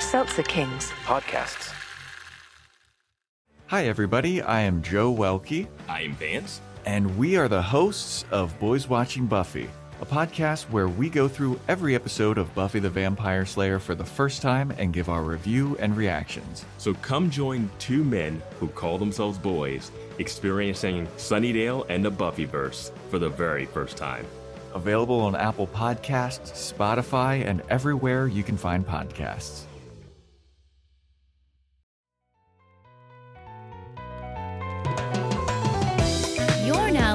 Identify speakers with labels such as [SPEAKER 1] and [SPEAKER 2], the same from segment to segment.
[SPEAKER 1] Seltzer Kings.
[SPEAKER 2] podcasts.
[SPEAKER 3] Hi, everybody. I am Joe Welke,
[SPEAKER 4] I am Vance.
[SPEAKER 3] and we are the hosts of Boys Watching Buffy, a podcast where we go through every episode of Buffy the Vampire Slayer for the first time and give our review and reactions.
[SPEAKER 4] So come join two men who call themselves boys, experiencing Sunnydale and the Buffyverse for the very first time.
[SPEAKER 3] Available on Apple Podcasts, Spotify, and everywhere you can find podcasts.
[SPEAKER 5] You're now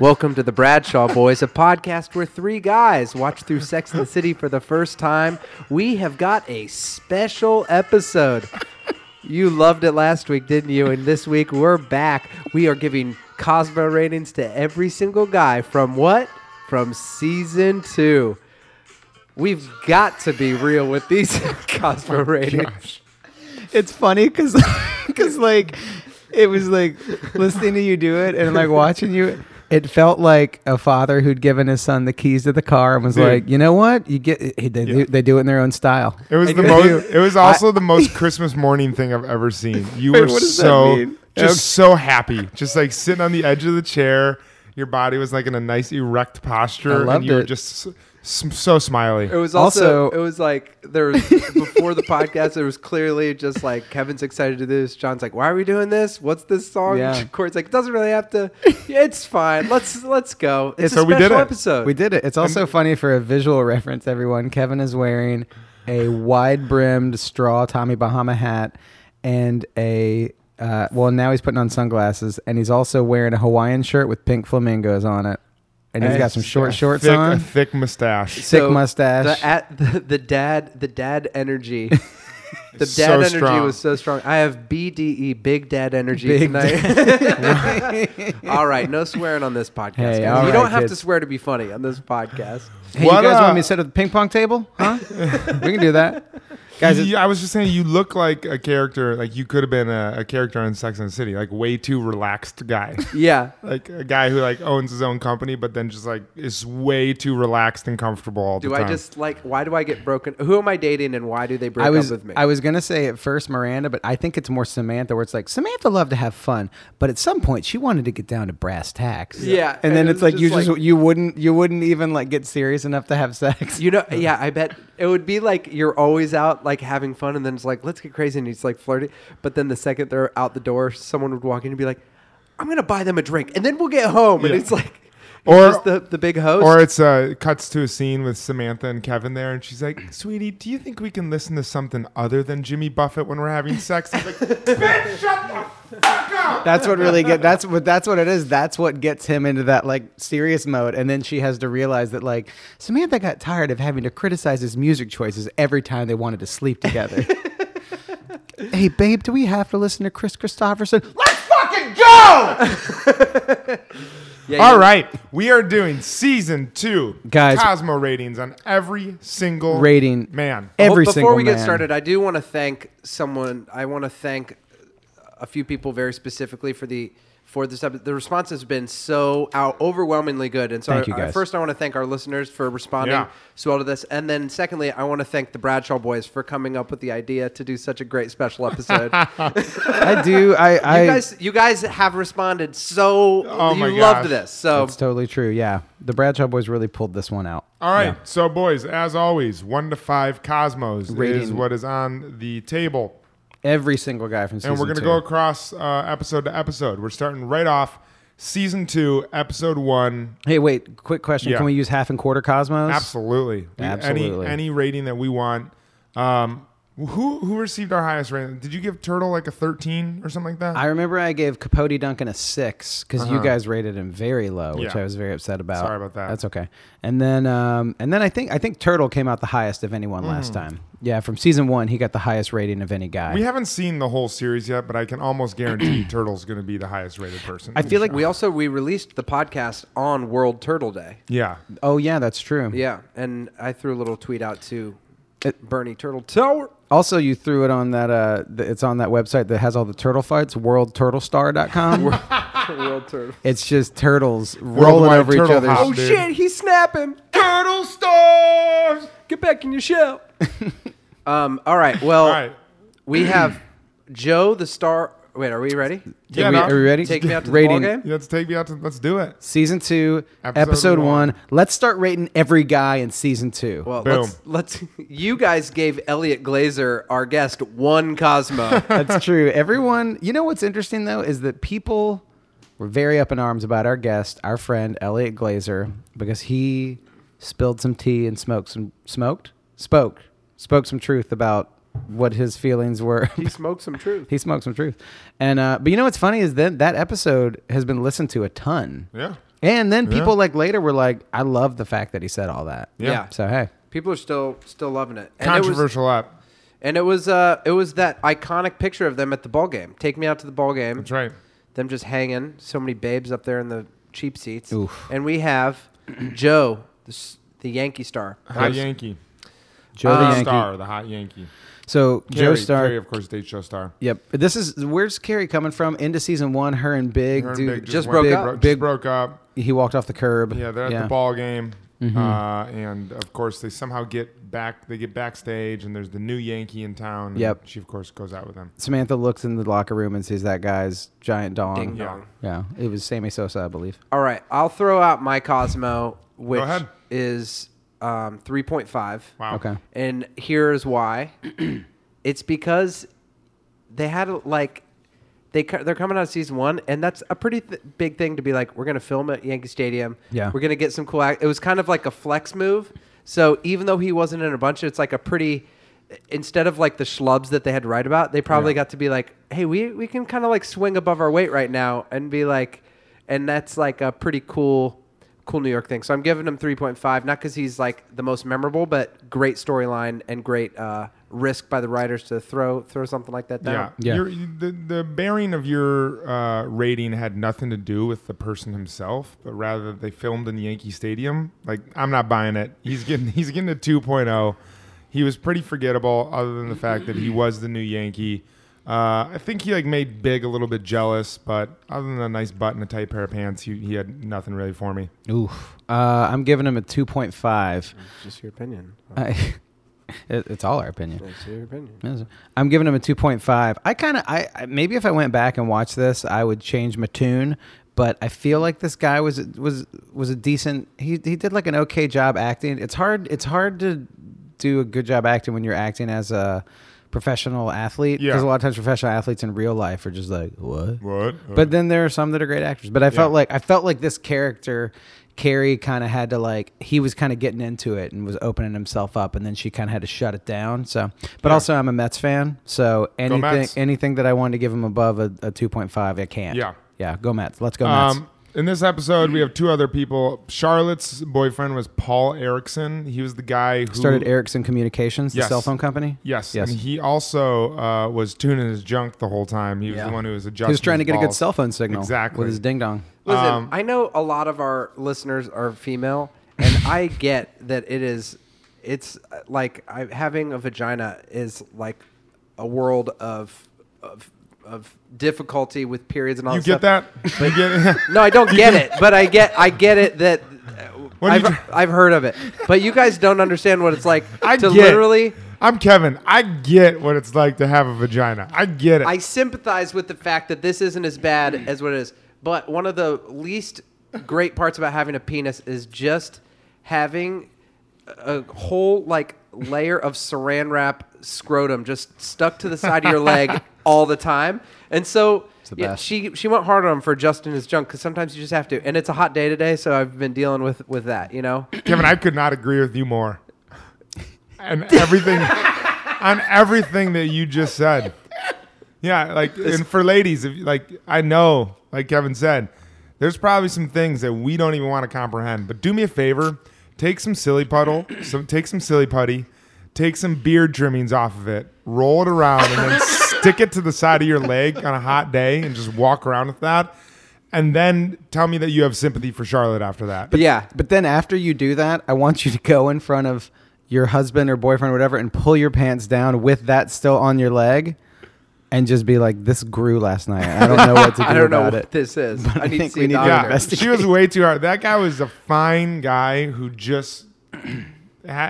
[SPEAKER 6] Welcome to the Bradshaw Boys, a podcast where three guys watch through Sex and the City for the first time. We have got a special episode. You loved it last week, didn't you? And this week we're back. We are giving Cosmo ratings to every single guy from what? From season two. We've got to be real with these Cosmo ratings.
[SPEAKER 7] Oh it's funny because like it was like listening to you do it and like watching you it felt like a father who'd given his son the keys to the car and was like you know what you get they, do, they do it in their own style
[SPEAKER 8] It was
[SPEAKER 7] I
[SPEAKER 8] the
[SPEAKER 7] do.
[SPEAKER 8] most. It was
[SPEAKER 7] I-
[SPEAKER 8] also the most Christmas morning thing I've ever seen. You were
[SPEAKER 7] what does that
[SPEAKER 8] so
[SPEAKER 7] mean? Okay.
[SPEAKER 8] just so happy, just like sitting on the edge of the chair. Your body was like in a nice erect posture,
[SPEAKER 7] loved
[SPEAKER 8] and you were
[SPEAKER 7] it.
[SPEAKER 8] just s- s- so smiley.
[SPEAKER 6] It was also,
[SPEAKER 7] Also-
[SPEAKER 6] it was like there was before the podcast there was clearly just like Kevin's excited to do this. John's like, why are we doing this? What's this song?
[SPEAKER 7] Yeah.
[SPEAKER 6] Corey's like, it doesn't really have to. It's fine. Let's let's go. It's
[SPEAKER 8] So
[SPEAKER 6] a
[SPEAKER 8] we did
[SPEAKER 6] special
[SPEAKER 8] it.
[SPEAKER 6] episode.
[SPEAKER 7] we did it it's also funny for a visual reference everyone kevin is wearing a wide brimmed straw tommy bahama hat and a uh, well now he's putting on sunglasses and he's also wearing a hawaiian shirt with pink flamingos on it and he's got some short shorts
[SPEAKER 8] thick,
[SPEAKER 7] on
[SPEAKER 8] a thick mustache.
[SPEAKER 7] sick mustache.
[SPEAKER 6] The, at, the, the dad the dad energy. The dad
[SPEAKER 8] So
[SPEAKER 6] energy
[SPEAKER 8] strong.
[SPEAKER 6] was so strong. I have BDE, big dad energy
[SPEAKER 7] Big
[SPEAKER 6] tonight. all right, no swearing on this podcast.
[SPEAKER 7] Hey,
[SPEAKER 6] guys.
[SPEAKER 7] all
[SPEAKER 6] you don't
[SPEAKER 7] right,
[SPEAKER 6] have to
[SPEAKER 7] kids.
[SPEAKER 6] swear to be funny on this podcast.
[SPEAKER 7] Hey,
[SPEAKER 8] What
[SPEAKER 7] you guys
[SPEAKER 8] up?
[SPEAKER 7] want me to sit at the ping pong table? Huh? we can do that. Guys,
[SPEAKER 8] You-
[SPEAKER 7] it-
[SPEAKER 8] I was just saying, you look like a character. Like you could have been a, a character in Sex and the City, like way too relaxed guy,
[SPEAKER 6] Yeah.
[SPEAKER 8] like a guy who like owns his own company, but then just like is way too relaxed and comfortable all
[SPEAKER 6] Do
[SPEAKER 8] the time.
[SPEAKER 6] I just like? Why do I get broken? Who am I dating, and why do they break
[SPEAKER 7] I was
[SPEAKER 6] up with me?
[SPEAKER 7] I was gonna say at first Miranda, but I think it's more Samantha, where it's like Samantha loved to have fun, but at some point she wanted to get down to brass tacks.
[SPEAKER 6] Yeah,
[SPEAKER 7] and then
[SPEAKER 6] and
[SPEAKER 7] it's
[SPEAKER 6] it's
[SPEAKER 7] like you
[SPEAKER 6] just
[SPEAKER 7] just
[SPEAKER 6] like-
[SPEAKER 7] you wouldn't you wouldn't even like get serious enough to have sex.
[SPEAKER 6] you know, yeah, I bet it would be like you're always out like having fun, and then it's like let's get crazy, and it's like flirting. But then the second they're out the door, someone would walk in and be like, "I'm gonna buy them a drink, and then we'll get home." And
[SPEAKER 8] Yeah.
[SPEAKER 6] it's like,
[SPEAKER 8] Or-
[SPEAKER 6] or the the big host,
[SPEAKER 8] Or it's uh, cuts to a scene with Samantha and Kevin there, and she's like, "Sweetie, do you think we can listen to something other than Jimmy Buffett when we're having sex?" He's like,
[SPEAKER 7] That's what really get. That's what that's what it is. That's what gets him into that like serious mode, and then she has to realize that like Samantha got tired of having to criticize his music choices every time they wanted to sleep together. hey, babe, do we have to listen to Chris Christopherson?
[SPEAKER 6] yeah,
[SPEAKER 8] "All
[SPEAKER 6] you-
[SPEAKER 8] right, we are doing season two,
[SPEAKER 7] Guys.
[SPEAKER 8] Cosmo ratings on every single
[SPEAKER 7] Rating
[SPEAKER 8] man.
[SPEAKER 7] Ev- every
[SPEAKER 6] before
[SPEAKER 7] single
[SPEAKER 6] we get
[SPEAKER 7] man.
[SPEAKER 6] started, I do want to thank someone. I want to thank a few people very specifically for the for this episode. The response has been so out overwhelmingly good, and so
[SPEAKER 7] Thank
[SPEAKER 6] I,
[SPEAKER 7] you, guys.
[SPEAKER 6] first I want to thank our listeners for responding
[SPEAKER 8] Yeah.
[SPEAKER 6] so well to this, and then secondly I want to thank the Bradshaw boys for coming up with the idea to do such a great special episode. you
[SPEAKER 7] I do. I. I
[SPEAKER 6] guys, you guys have responded so
[SPEAKER 8] Oh my
[SPEAKER 6] you loved
[SPEAKER 8] gosh.
[SPEAKER 6] this.
[SPEAKER 8] uh,
[SPEAKER 6] So
[SPEAKER 7] that's totally true. Yeah, the Bradshaw boys really pulled this one out.
[SPEAKER 8] All right, so boys, as always, one to five Cosmos is
[SPEAKER 7] Rating.
[SPEAKER 8] what is on the table,
[SPEAKER 7] Every single guy from season
[SPEAKER 8] and we're gonna
[SPEAKER 7] two.
[SPEAKER 8] go across uh, episode to episode. We're starting right off season two, episode one.
[SPEAKER 7] Hey, wait! Quick question:
[SPEAKER 8] Yeah.
[SPEAKER 7] Can we use half and quarter cosmos?
[SPEAKER 8] Absolutely. We-
[SPEAKER 7] Absolutely.
[SPEAKER 8] Any, any rating that we want. Um, Who who received our highest rating? Did you give Turtle like a thirteen or something like that?
[SPEAKER 7] I remember I gave Capote Duncan a six because you guys rated him very low, which
[SPEAKER 8] Uh-huh. Yeah.
[SPEAKER 7] I was very upset about.
[SPEAKER 8] Sorry about that.
[SPEAKER 7] That's okay. And then, um, and then I think I think Turtle came out the highest of anyone last time. Yeah, from season one, he got the highest rating of any guy.
[SPEAKER 8] Hmm. we haven't seen the whole series yet, but I can almost guarantee Turtle's going to be the highest rated person.
[SPEAKER 7] I feel like
[SPEAKER 6] We also we released the podcast on World Turtle Day.
[SPEAKER 8] yeah.
[SPEAKER 7] oh yeah, that's true.
[SPEAKER 6] Yeah, and I threw a little tweet out to Bernie Turtle Tower.
[SPEAKER 7] Also, you threw it on that. Uh, th- it's on that website that has all the turtle fights. WorldTurtleStar.com.
[SPEAKER 6] World Turtle.
[SPEAKER 7] it's just turtles rolling over each
[SPEAKER 8] turtle
[SPEAKER 7] other's.
[SPEAKER 8] hop.
[SPEAKER 6] Oh
[SPEAKER 8] Dude.
[SPEAKER 6] shit, he's snapping.
[SPEAKER 8] Turtle stars.
[SPEAKER 6] Get back in your shell. um, all right. Well,
[SPEAKER 8] All right.
[SPEAKER 6] we have Joe the Star. Wait, are we ready?
[SPEAKER 8] Yeah,
[SPEAKER 7] Are we,
[SPEAKER 8] no.
[SPEAKER 7] are we ready?
[SPEAKER 6] Take me out to the
[SPEAKER 7] rating,
[SPEAKER 6] ballgame?
[SPEAKER 8] You have to take me out to. Let's do it.
[SPEAKER 7] Season two,
[SPEAKER 8] Episode
[SPEAKER 7] episode,
[SPEAKER 8] one.
[SPEAKER 7] one. Let's start rating every guy in season two.
[SPEAKER 6] Well,
[SPEAKER 8] Boom.
[SPEAKER 6] let's let's. You guys gave Elliot Glazer, our guest, one Cosmo.
[SPEAKER 7] That's true. Everyone, you know what's interesting though is that people were very up in arms about our guest, our friend Elliot Glazer, because he spilled some tea and smoked some smoked spoke spoke some truth about what his feelings were.
[SPEAKER 6] he smoked some truth.
[SPEAKER 7] he smoked some truth, and uh, but you know what's funny is that that episode has been listened to a ton.
[SPEAKER 8] Yeah.
[SPEAKER 7] And then people
[SPEAKER 8] Yeah.
[SPEAKER 7] like later were like, "I love the fact that he said all that."
[SPEAKER 8] Yeah.
[SPEAKER 6] Yeah.
[SPEAKER 7] So hey,
[SPEAKER 6] People are still still loving it. And it was-
[SPEAKER 8] Controversial app.
[SPEAKER 6] And it was uh, it was that iconic picture of them at the ball game. Take me out to the ball game.
[SPEAKER 8] That's right.
[SPEAKER 6] Them just hanging. So many babes up there in the cheap seats.
[SPEAKER 7] Oof.
[SPEAKER 6] And we have Joe, the, s- the Yankee star.
[SPEAKER 8] Hot Yankee.
[SPEAKER 7] Joe the Yankee.
[SPEAKER 8] Star, the hot Yankee.
[SPEAKER 7] So Joe
[SPEAKER 8] Carrie-
[SPEAKER 7] Star.
[SPEAKER 8] Carrie, of course, date show star.
[SPEAKER 7] Yep. This is where's Carrie coming from? Into season one, her and Big,
[SPEAKER 8] Her and
[SPEAKER 7] dude,
[SPEAKER 8] Big
[SPEAKER 6] just
[SPEAKER 8] went-
[SPEAKER 6] broke
[SPEAKER 8] big,
[SPEAKER 6] up.
[SPEAKER 8] bro- just
[SPEAKER 7] Big-
[SPEAKER 8] broke up.
[SPEAKER 7] he walked off the curb.
[SPEAKER 8] Yeah, they're at the ball game, uh, and of course they somehow get back. They get backstage, and there's the new Yankee in town. and
[SPEAKER 7] Yep.
[SPEAKER 8] She of course goes out with them.
[SPEAKER 7] Samantha looks in the locker room and sees that guy's giant dong.
[SPEAKER 6] Ding
[SPEAKER 8] Yeah.
[SPEAKER 6] dong.
[SPEAKER 7] Yeah, it was Sammy Sosa, I believe.
[SPEAKER 6] All right, I'll throw out my Cosmo, which
[SPEAKER 8] ahead.
[SPEAKER 6] is um, three point five.
[SPEAKER 8] Wow.
[SPEAKER 7] Okay.
[SPEAKER 6] And here's why. it's because they had a- like they co- they're coming out of season one, and that's a pretty th- big thing to be like. We're gonna film at Yankee Stadium.
[SPEAKER 7] Yeah.
[SPEAKER 6] we're gonna get some cool. Act- it was kind of like a flex move. So even though he wasn't in a bunch, it's like a pretty. Instead of like the schlubs that they had to write about, they probably got to be like, "Hey, we we can kind of like swing above our weight right now," and be like, and that's like a pretty cool cool New York thing. So I'm giving him 3.5, not because he's like the most memorable, but great storyline and great uh, risk by the writers to throw throw something like that
[SPEAKER 8] Yeah.
[SPEAKER 6] down.
[SPEAKER 7] Yeah.
[SPEAKER 8] Your, the, the bearing of your uh, rating had nothing to do with the person himself, but rather that they filmed in Yankee Stadium. Like, I'm not buying it. He's getting he's getting a 2.0. He was pretty forgettable, other than the fact that he was the new Yankee. Uh, I think he like made Big a little bit jealous, but other than a nice butt and a tight pair of pants, he, he had nothing really for me.
[SPEAKER 7] Oof. Uh, I'm giving him a 2.5.
[SPEAKER 6] Just your opinion.
[SPEAKER 7] I, it, it's all our opinion.
[SPEAKER 6] That's your opinion.
[SPEAKER 7] Yes. I'm giving him a 2.5. I kind of, I I- maybe if I went back and watched this, I would change my tune. But I feel like this guy was was was a decent. He he did like an okay job acting. It's hard. It's hard to do a good job acting when you're acting as a professional athlete.
[SPEAKER 8] Yeah.
[SPEAKER 7] Because a lot of times professional athletes in real life are just like what.
[SPEAKER 8] What?
[SPEAKER 7] But then there are some that are great actors. But I felt like I felt like this character, Carrie, kind of had to like he was kind of getting into it and was opening himself up, and then she kind of had to shut it down. So, but also I'm a Mets fan, so anything
[SPEAKER 8] Mets.
[SPEAKER 7] anything that I wanted to give him above a, a 2.5, I can't.
[SPEAKER 8] Yeah.
[SPEAKER 7] yeah, go Mets. Let's go Mets.
[SPEAKER 8] Um, in this episode, we have two other people. Charlotte's boyfriend was Paul Erickson. He was the guy who
[SPEAKER 7] Started Ericsson Communications,
[SPEAKER 8] Yes.
[SPEAKER 7] the cell phone company.
[SPEAKER 8] Yes,
[SPEAKER 7] yes.
[SPEAKER 8] and he also uh, was tuning his junk the whole time. He was the one who was adjusting.
[SPEAKER 7] he was trying to
[SPEAKER 8] his
[SPEAKER 7] get a good
[SPEAKER 8] balls.
[SPEAKER 7] cell phone signal
[SPEAKER 8] Exactly.
[SPEAKER 7] with his ding dong.
[SPEAKER 6] Listen,
[SPEAKER 8] Um,
[SPEAKER 6] I know a lot of our listeners are female, and I get that it is, it's uh, like I, having a vagina is like a world of of of difficulty with periods and all.
[SPEAKER 8] You
[SPEAKER 6] that
[SPEAKER 8] get
[SPEAKER 6] stuff.
[SPEAKER 8] that? You get it?
[SPEAKER 6] No, I don't get it, but I get I get it that
[SPEAKER 8] What are you
[SPEAKER 6] I've, I've heard of it, but you guys don't understand what it's like
[SPEAKER 8] I
[SPEAKER 6] to
[SPEAKER 8] get.
[SPEAKER 6] literally.
[SPEAKER 8] I'm Kevin. I get what it's like to have a vagina. I get it.
[SPEAKER 6] I sympathize with the fact that this isn't as bad as what it is, but one of the least great parts about having a penis is just having a whole like layer of saran wrap scrotum just stuck to the side of your leg all the time, and so.
[SPEAKER 7] the
[SPEAKER 6] Yeah,
[SPEAKER 7] best.
[SPEAKER 6] she she went hard on him for adjusting his junk because sometimes you just have to, and it's a hot day today, so I've been dealing with with that, you know.
[SPEAKER 8] Kevin, I could not agree with you more. And everything, on everything that you just said. Yeah, like and for ladies, if, like I know, like Kevin said, there's probably some things that we don't even want to comprehend. But do me a favor, take some silly puddle, some take some silly putty, take some beard trimmings off of it, roll it around, and then stick it to the side of your leg on a hot day, and just walk around with that. And then tell me that you have sympathy for Charlotte after that.
[SPEAKER 7] But yeah, but then after you do that, I want you to go in front of your husband or boyfriend or whatever and pull your pants down with that still on your leg and just be like, this grew last night. I don't know what to do
[SPEAKER 6] I don't know
[SPEAKER 7] about
[SPEAKER 6] what
[SPEAKER 7] it.
[SPEAKER 6] this is. I,
[SPEAKER 7] I
[SPEAKER 6] need
[SPEAKER 7] think
[SPEAKER 6] to see
[SPEAKER 7] we need
[SPEAKER 6] a
[SPEAKER 7] to
[SPEAKER 6] doctor.
[SPEAKER 8] yeah, she was way too hard. That guy was a fine guy who just had,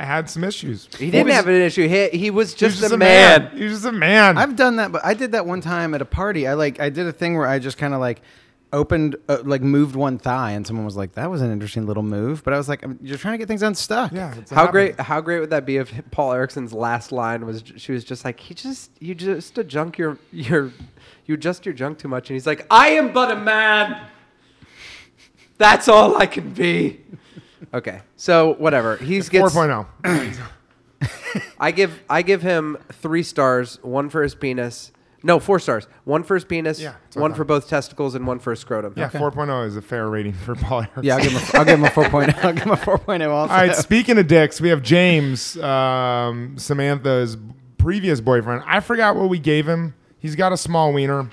[SPEAKER 8] had some issues.
[SPEAKER 6] He didn't have an issue. He, he was
[SPEAKER 8] He was
[SPEAKER 6] just, a, man.
[SPEAKER 8] He was just a man.
[SPEAKER 7] I've done that, but I did that one time at a party. I like, I did a thing where I just kind of like opened, uh, like moved one thigh and someone was like, that was an interesting little move. But I was like, "I'm- you're trying to get things unstuck.
[SPEAKER 8] yeah, it's
[SPEAKER 6] How
[SPEAKER 8] happened.
[SPEAKER 6] great! How great would that be if Paul Erickson's last line was? She was just like, "He just, you just a junk your your, you adjust your junk too much," and he's like, "I am but a man. That's all I can be." Okay, so whatever. He's gets
[SPEAKER 8] 4.0.
[SPEAKER 6] I give I give him three stars, one for his penis. No, four stars. One for his penis,
[SPEAKER 8] Yeah, that's what
[SPEAKER 6] one
[SPEAKER 8] I
[SPEAKER 6] for both testicles, and one for his scrotum.
[SPEAKER 8] Yeah, 4.0 is a fair rating for Paul Erickson.
[SPEAKER 7] Yeah, I'll give him a, I'll give him a 4.0. I'll give him a 4.0 also.
[SPEAKER 8] All right, speaking of dicks, we have James, um, Samantha's previous boyfriend. I forgot what we gave him. He's got a small wiener.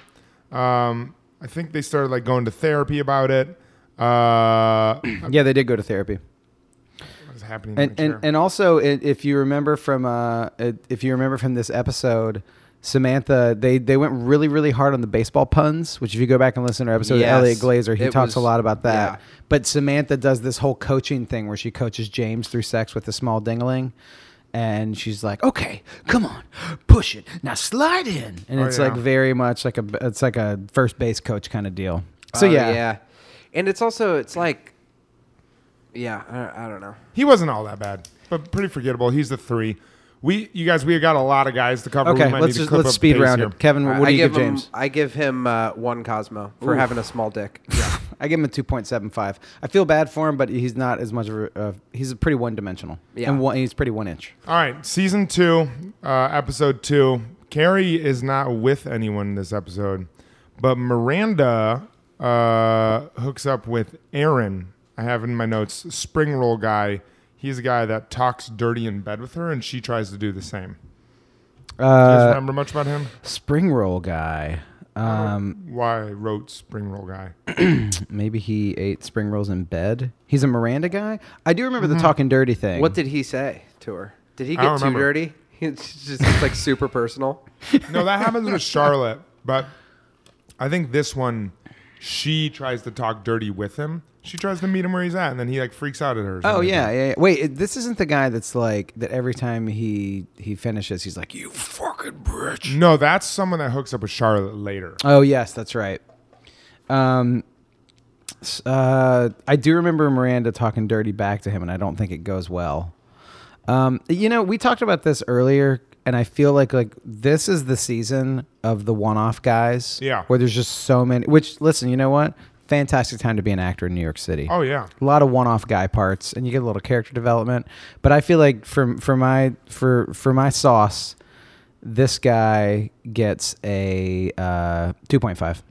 [SPEAKER 8] Um, I think they started like going to therapy about it. Uh,
[SPEAKER 7] Yeah, they did go to therapy.
[SPEAKER 8] what's happening? in
[SPEAKER 7] and,
[SPEAKER 8] my chair?
[SPEAKER 7] and and also i- if you remember from uh i- if you remember from this episode Samantha they they went really really hard on the baseball puns which if you go back and listen to our episode
[SPEAKER 6] Yes.
[SPEAKER 7] with Elliot Glazer he
[SPEAKER 6] It
[SPEAKER 7] talks a
[SPEAKER 6] was-
[SPEAKER 7] lot about that
[SPEAKER 6] yeah.
[SPEAKER 7] but Samantha does this whole coaching thing where she coaches James through sex with a small dingling and she's like okay come on push it now slide in and
[SPEAKER 8] Oh,
[SPEAKER 7] it's
[SPEAKER 8] yeah.
[SPEAKER 7] like very much like a b- it's like a first base coach kind of deal so
[SPEAKER 8] Uh,
[SPEAKER 6] Oh,
[SPEAKER 7] yeah,
[SPEAKER 6] yeah, and it's also it's like, yeah, I, I don't know.
[SPEAKER 8] He wasn't all that bad, but pretty forgettable. He's the three. We, you guys, we got a lot of guys to cover. we
[SPEAKER 7] okay
[SPEAKER 8] might need
[SPEAKER 7] let's
[SPEAKER 8] to
[SPEAKER 7] just
[SPEAKER 8] clip
[SPEAKER 7] let's
[SPEAKER 8] up
[SPEAKER 7] speed
[SPEAKER 8] pace
[SPEAKER 7] round
[SPEAKER 8] here.
[SPEAKER 7] it Kevin what
[SPEAKER 6] I
[SPEAKER 7] do you
[SPEAKER 6] give
[SPEAKER 7] give
[SPEAKER 6] him,
[SPEAKER 7] James
[SPEAKER 6] I give him uh, one Cosmo for having a small dick.
[SPEAKER 7] I give him a two point seven five. I feel bad for him, but he's not as much of a. Uh, he's pretty one dimensional.
[SPEAKER 6] Yeah.
[SPEAKER 7] and one, he's pretty one inch.
[SPEAKER 8] All right, season two, uh, episode two. Carrie is not with anyone this episode, but Miranda uh, hooks up with Aaron. I have in my notes spring roll guy. He's a guy that talks dirty in bed with her, and she tries to do the same. Do you guys
[SPEAKER 7] Uh,
[SPEAKER 8] remember much about him?
[SPEAKER 7] spring roll guy. Um,
[SPEAKER 8] Why I wrote spring roll guy?
[SPEAKER 7] maybe he ate spring rolls in bed. He's a Miranda guy. I do remember the talking dirty thing.
[SPEAKER 6] Mm-hmm. What did he say to her? Did he
[SPEAKER 8] I don't
[SPEAKER 6] get too
[SPEAKER 8] remember.
[SPEAKER 6] dirty? It's just it's like super personal.
[SPEAKER 8] No, that happens with Charlotte, but I think this one, she tries to talk dirty with him. She tries to meet him where he's at, and then he like freaks out at her. or
[SPEAKER 7] Oh
[SPEAKER 8] something.
[SPEAKER 7] yeah, yeah, yeah. Wait, it- this isn't the guy that's like that. Every time he he finishes, he's like, "You fucking bitch."
[SPEAKER 8] No, that's someone that hooks up with Charlotte later.
[SPEAKER 7] Oh yes, that's right. Um, s- uh, I do remember Miranda talking dirty back to him, and I don't think it goes well. Um, you know, we talked about this earlier, and I feel like like this is the season of the one-off guys.
[SPEAKER 8] Yeah.
[SPEAKER 7] where there's just so many. Which listen, you know what? Fantastic time to be an actor in New York City.
[SPEAKER 8] Oh yeah,
[SPEAKER 7] A lot of one-off guy parts, and you get a little character development. But I feel like for for my for for my sauce, this guy gets a uh, two point five.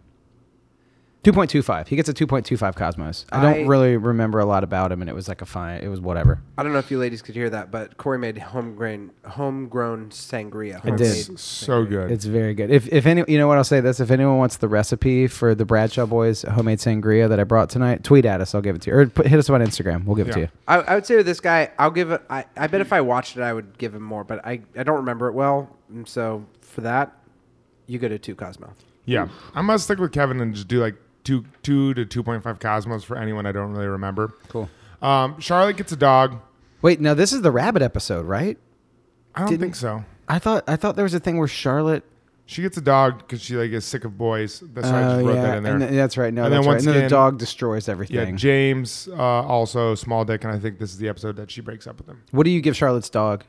[SPEAKER 7] 2.25. He gets a 2.25 Cosmos. I don't
[SPEAKER 6] I-
[SPEAKER 7] really remember a lot about him, and it was like a fine. It was whatever.
[SPEAKER 6] I don't know if you ladies could hear that, but Corey made homegrown homegrown sangria.
[SPEAKER 7] I
[SPEAKER 8] That's
[SPEAKER 7] did.
[SPEAKER 6] Homemade.
[SPEAKER 8] so good.
[SPEAKER 7] It's very good. If if any, you know what I'll say this. If anyone wants the recipe for the Bradshaw Boys homemade sangria that I brought tonight, tweet at us. I'll give it to you, or put, hit us up on Instagram. We'll give it to
[SPEAKER 8] Yeah.
[SPEAKER 7] you.
[SPEAKER 6] I, I would say with this guy, I'll give. it- I I bet if I watched it, I would give him more, but I I don't remember it well, and so for that, you go to two Cosmo.
[SPEAKER 8] yeah, I'm gonna stick with Kevin and just do like two, two to two point five Cosmos for anyone I don't really remember.
[SPEAKER 7] Cool.
[SPEAKER 8] Um, Charlotte gets a dog.
[SPEAKER 7] Wait, now this is the rabbit episode, right?
[SPEAKER 8] I don't
[SPEAKER 7] Didn't-
[SPEAKER 8] think so.
[SPEAKER 7] I thought I thought there was a thing where Charlotte.
[SPEAKER 8] She gets a dog because she like is sick of boys. That's why I just
[SPEAKER 7] Oh,
[SPEAKER 8] wrote
[SPEAKER 7] yeah,
[SPEAKER 8] that in there.
[SPEAKER 7] and th- that's right. No,
[SPEAKER 8] And then
[SPEAKER 7] that's right.
[SPEAKER 8] once
[SPEAKER 7] and then
[SPEAKER 8] again-
[SPEAKER 7] the dog destroys
[SPEAKER 8] yeah,
[SPEAKER 7] everything.
[SPEAKER 8] James uh, also small dick, and I think this is the episode that she breaks up with him.
[SPEAKER 7] what do you give Charlotte's dog?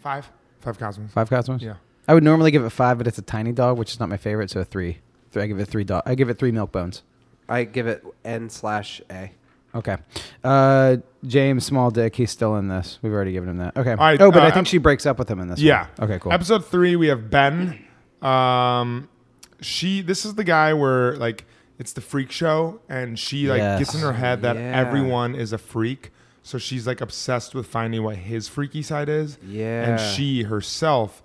[SPEAKER 8] Five, five Cosmos.
[SPEAKER 7] Five Cosmos.
[SPEAKER 8] Yeah.
[SPEAKER 7] I would normally give it five, but it's a tiny dog, which is not my favorite, so a three. Three. I give it three dog. I give it three milk bones.
[SPEAKER 6] I give it N slash A.
[SPEAKER 7] Okay. Uh, James Small Dick, he's still in this. We've already given him that. Okay.
[SPEAKER 8] right,
[SPEAKER 7] oh, but
[SPEAKER 8] uh,
[SPEAKER 7] I think
[SPEAKER 8] I'm-
[SPEAKER 7] she breaks up with him in this.
[SPEAKER 8] Yeah.
[SPEAKER 7] One. Okay, cool.
[SPEAKER 8] Episode three, we have Ben. Um, she. This is the guy where like it's the freak show, and she like
[SPEAKER 7] Yes.
[SPEAKER 8] gets in her head that
[SPEAKER 6] Yeah.
[SPEAKER 8] everyone is a freak, so she's like obsessed with finding what his freaky side is.
[SPEAKER 6] Yeah.
[SPEAKER 8] And she herself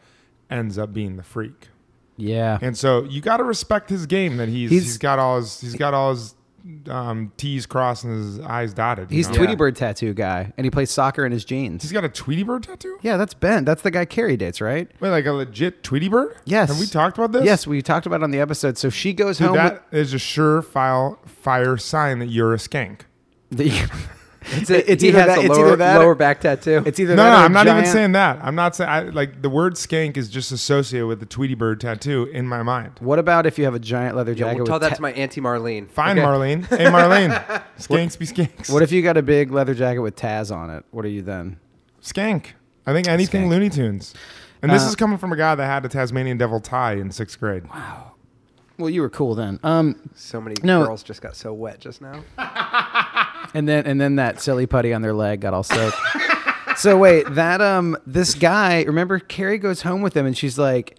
[SPEAKER 8] ends up being the freak,
[SPEAKER 7] yeah.
[SPEAKER 8] and so you got to respect his game that he's
[SPEAKER 7] He's-
[SPEAKER 8] he's got all his he's got all his um, T's crossed and his I's dotted. you
[SPEAKER 7] He's
[SPEAKER 8] know?
[SPEAKER 7] Tweety
[SPEAKER 6] Yeah.
[SPEAKER 7] Bird tattoo guy, and he plays soccer in his jeans.
[SPEAKER 8] He's got a Tweety Bird tattoo.
[SPEAKER 7] yeah, that's Ben. That's the guy Carrie dates, right?
[SPEAKER 8] Wait, like a legit Tweety Bird?
[SPEAKER 7] Yes.
[SPEAKER 8] Have we talked about this?
[SPEAKER 7] Yes, we talked about it on the episode. So she goes
[SPEAKER 8] Dude,
[SPEAKER 7] home.
[SPEAKER 8] that is a sure file fire sign that you're a skank.
[SPEAKER 7] with the, it's,
[SPEAKER 6] he
[SPEAKER 7] either
[SPEAKER 6] has
[SPEAKER 7] that,
[SPEAKER 6] a
[SPEAKER 7] it's
[SPEAKER 6] lower,
[SPEAKER 7] either that. or-
[SPEAKER 6] lower back tattoo.
[SPEAKER 7] It's either
[SPEAKER 8] No,
[SPEAKER 7] that
[SPEAKER 8] no,
[SPEAKER 7] or a
[SPEAKER 8] I'm not even
[SPEAKER 7] giant-
[SPEAKER 8] saying that. I'm not saying I, like the word skank is just associated with the Tweety Bird tattoo in my mind.
[SPEAKER 7] What about if you have a giant leather
[SPEAKER 6] yeah,
[SPEAKER 7] jacket?
[SPEAKER 6] we'll tell
[SPEAKER 7] with
[SPEAKER 6] that
[SPEAKER 7] ta-
[SPEAKER 6] to my auntie Marlene.
[SPEAKER 8] Fine,
[SPEAKER 7] Okay.
[SPEAKER 8] Marlene. Hey, Marlene. Skanks be skanks.
[SPEAKER 7] What if you got a big leather jacket with Taz on it? What are you then?
[SPEAKER 8] skank? I think anything
[SPEAKER 7] Skank.
[SPEAKER 8] Looney Tunes. And this
[SPEAKER 7] Uh,
[SPEAKER 8] is coming from a guy that had a Tasmanian devil tie in sixth grade.
[SPEAKER 7] Well, you were cool then. Um,
[SPEAKER 6] So many
[SPEAKER 7] No.
[SPEAKER 6] girls just got so wet just now.
[SPEAKER 7] and then and then that silly putty on their leg got all soaked. so wait, that um, this guy. Remember, Carrie goes home with him, and she's like,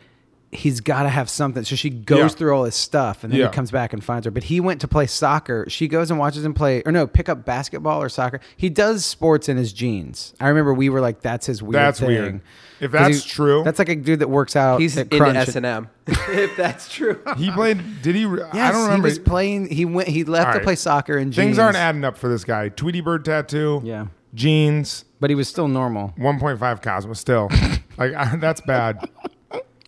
[SPEAKER 7] he's got to have something. So she goes
[SPEAKER 8] Yeah.
[SPEAKER 7] through all his stuff, and then
[SPEAKER 8] Yeah.
[SPEAKER 7] he comes back and finds her. But he went to play soccer. She goes and watches him play, or no, pick up basketball or soccer. He does sports in his jeans. I remember we were like, that's his weird.
[SPEAKER 8] That's
[SPEAKER 7] thing.
[SPEAKER 8] weird. If
[SPEAKER 7] 'Cause
[SPEAKER 8] that's true-
[SPEAKER 7] that's like a dude that works out.
[SPEAKER 6] He's
[SPEAKER 7] at
[SPEAKER 6] into
[SPEAKER 7] Crunch.
[SPEAKER 6] S and M. If that's true.
[SPEAKER 8] He played, did he? re-
[SPEAKER 7] Yes,
[SPEAKER 8] I don't remember.
[SPEAKER 7] He was playing. He went. He left
[SPEAKER 8] All
[SPEAKER 7] to
[SPEAKER 8] right.
[SPEAKER 7] play soccer in jeans.
[SPEAKER 8] Things aren't adding up for this guy. Tweety Bird tattoo.
[SPEAKER 7] Yeah.
[SPEAKER 8] Jeans.
[SPEAKER 7] But he was still normal.
[SPEAKER 8] 1.5 Cosmo still. like, I, that's bad.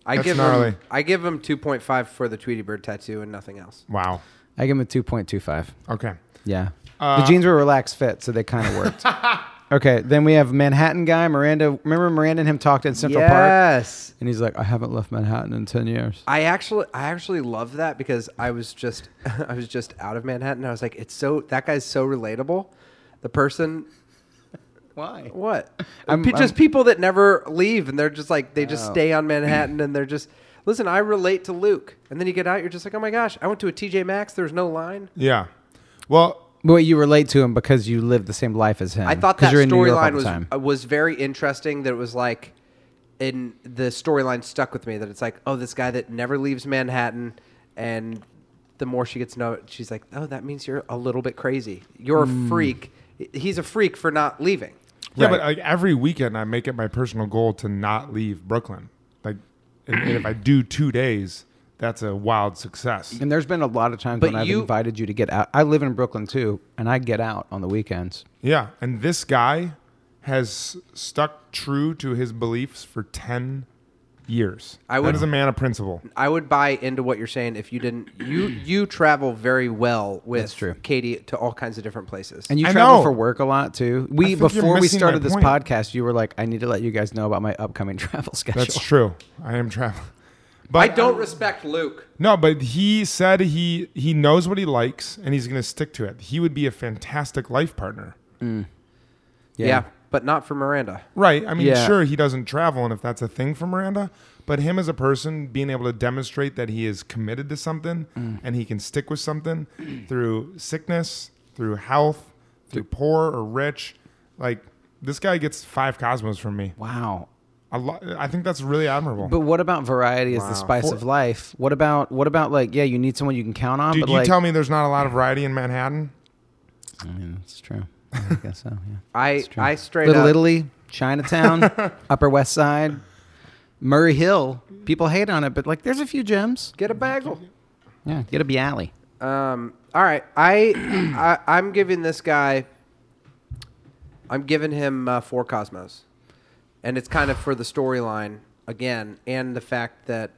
[SPEAKER 6] I
[SPEAKER 8] That's
[SPEAKER 6] give
[SPEAKER 8] gnarly.
[SPEAKER 6] him. I give him 2.5 for the Tweety Bird tattoo and nothing else.
[SPEAKER 8] Wow.
[SPEAKER 7] I give him a two point two five.
[SPEAKER 8] Okay.
[SPEAKER 7] Yeah.
[SPEAKER 8] Uh,
[SPEAKER 7] the jeans were relaxed fit, so they kind of worked. okay. Then we have Manhattan guy Miranda. Remember Miranda and him talked in Central Park,
[SPEAKER 6] yes.
[SPEAKER 7] and he's like, "I haven't left Manhattan in ten years."
[SPEAKER 6] I actually, I actually love that because I was just, I was just out of Manhattan. I was like, it's so that guy's so relatable. The person,
[SPEAKER 7] Why?
[SPEAKER 6] what?
[SPEAKER 7] I'm-
[SPEAKER 6] Pe- just
[SPEAKER 7] I'm-
[SPEAKER 6] people that never leave, and they're just like they just
[SPEAKER 7] Oh.
[SPEAKER 6] stay on Manhattan, and they're just listen. I relate to Luke, and then you get out, you're just like, oh my gosh, I went to a TJ Maxx. There's no line.
[SPEAKER 8] Yeah. Well,
[SPEAKER 7] Well, you relate to him because you live the same life as him.
[SPEAKER 6] I thought
[SPEAKER 7] 'Cause
[SPEAKER 6] that
[SPEAKER 7] you're in New York all
[SPEAKER 6] storyline
[SPEAKER 7] the
[SPEAKER 6] was
[SPEAKER 7] time.
[SPEAKER 6] uh, was very interesting. That it was like, in the storyline stuck with me. That it's like, oh, this guy that never leaves Manhattan, and the more she gets to know, it, she's like, oh, that means you're a little bit crazy. You're
[SPEAKER 7] Mm.
[SPEAKER 6] a freak. He's a freak for not leaving.
[SPEAKER 8] Yeah,
[SPEAKER 7] Right.
[SPEAKER 8] but like every weekend, I make it my personal goal to not leave Brooklyn. Like, and, and if I do two days, that's a wild success.
[SPEAKER 7] And there's been a lot of times
[SPEAKER 6] But
[SPEAKER 7] when I've
[SPEAKER 6] you-
[SPEAKER 7] invited you to get out. I live in Brooklyn too, and I get out on the weekends.
[SPEAKER 8] Yeah, and this guy has stuck true to his beliefs for ten years.
[SPEAKER 6] I
[SPEAKER 8] That
[SPEAKER 6] would-
[SPEAKER 8] is a man of principle.
[SPEAKER 6] I would buy into what you're saying if you didn't. You you travel very well with
[SPEAKER 7] true.
[SPEAKER 6] Katie to all kinds of different places.
[SPEAKER 7] And you
[SPEAKER 8] I
[SPEAKER 7] travel
[SPEAKER 8] know.
[SPEAKER 7] for work a lot too.
[SPEAKER 8] I
[SPEAKER 7] We
[SPEAKER 8] think you're
[SPEAKER 7] before we
[SPEAKER 8] missing
[SPEAKER 7] started
[SPEAKER 8] my
[SPEAKER 7] this
[SPEAKER 8] point.
[SPEAKER 7] podcast, you were like, "I need to let you guys know about my upcoming travel schedule."
[SPEAKER 8] That's true. I am traveling. But
[SPEAKER 6] I don't respect Luke.
[SPEAKER 8] No, but he said he he knows what he likes and he's going to stick to it. He would be a fantastic life partner.
[SPEAKER 6] Yeah. but not for Miranda.
[SPEAKER 8] Right. I mean,
[SPEAKER 7] Yeah.
[SPEAKER 8] sure, he doesn't travel, and if that's a thing for Miranda, but him as a person being able to demonstrate that he is committed to something
[SPEAKER 7] Mm.
[SPEAKER 8] and he can stick with something through sickness, through health, through poor or rich, like this guy gets five cosmos from me.
[SPEAKER 7] Wow.
[SPEAKER 8] A lo- I think that's really admirable.
[SPEAKER 7] But what about variety as the spice
[SPEAKER 8] For-
[SPEAKER 7] of life? What about what about like yeah, you need someone you can count on,
[SPEAKER 8] Dude,
[SPEAKER 7] but
[SPEAKER 8] you
[SPEAKER 7] like
[SPEAKER 8] tell me there's not a lot of variety in Manhattan?
[SPEAKER 7] I mean, that's true. I guess so. Yeah.
[SPEAKER 6] I
[SPEAKER 7] That's true.
[SPEAKER 6] I straight
[SPEAKER 7] Little
[SPEAKER 6] up.
[SPEAKER 7] Italy, Chinatown, Upper West Side, Murray Hill. People hate on it, but like there's a few gems.
[SPEAKER 6] Get a bagel.
[SPEAKER 7] Yeah, get a Bialy.
[SPEAKER 6] Um, all right, I, I I'm giving this guy. I'm giving him uh, four cosmos, and it's kind of for the storyline again, and the fact that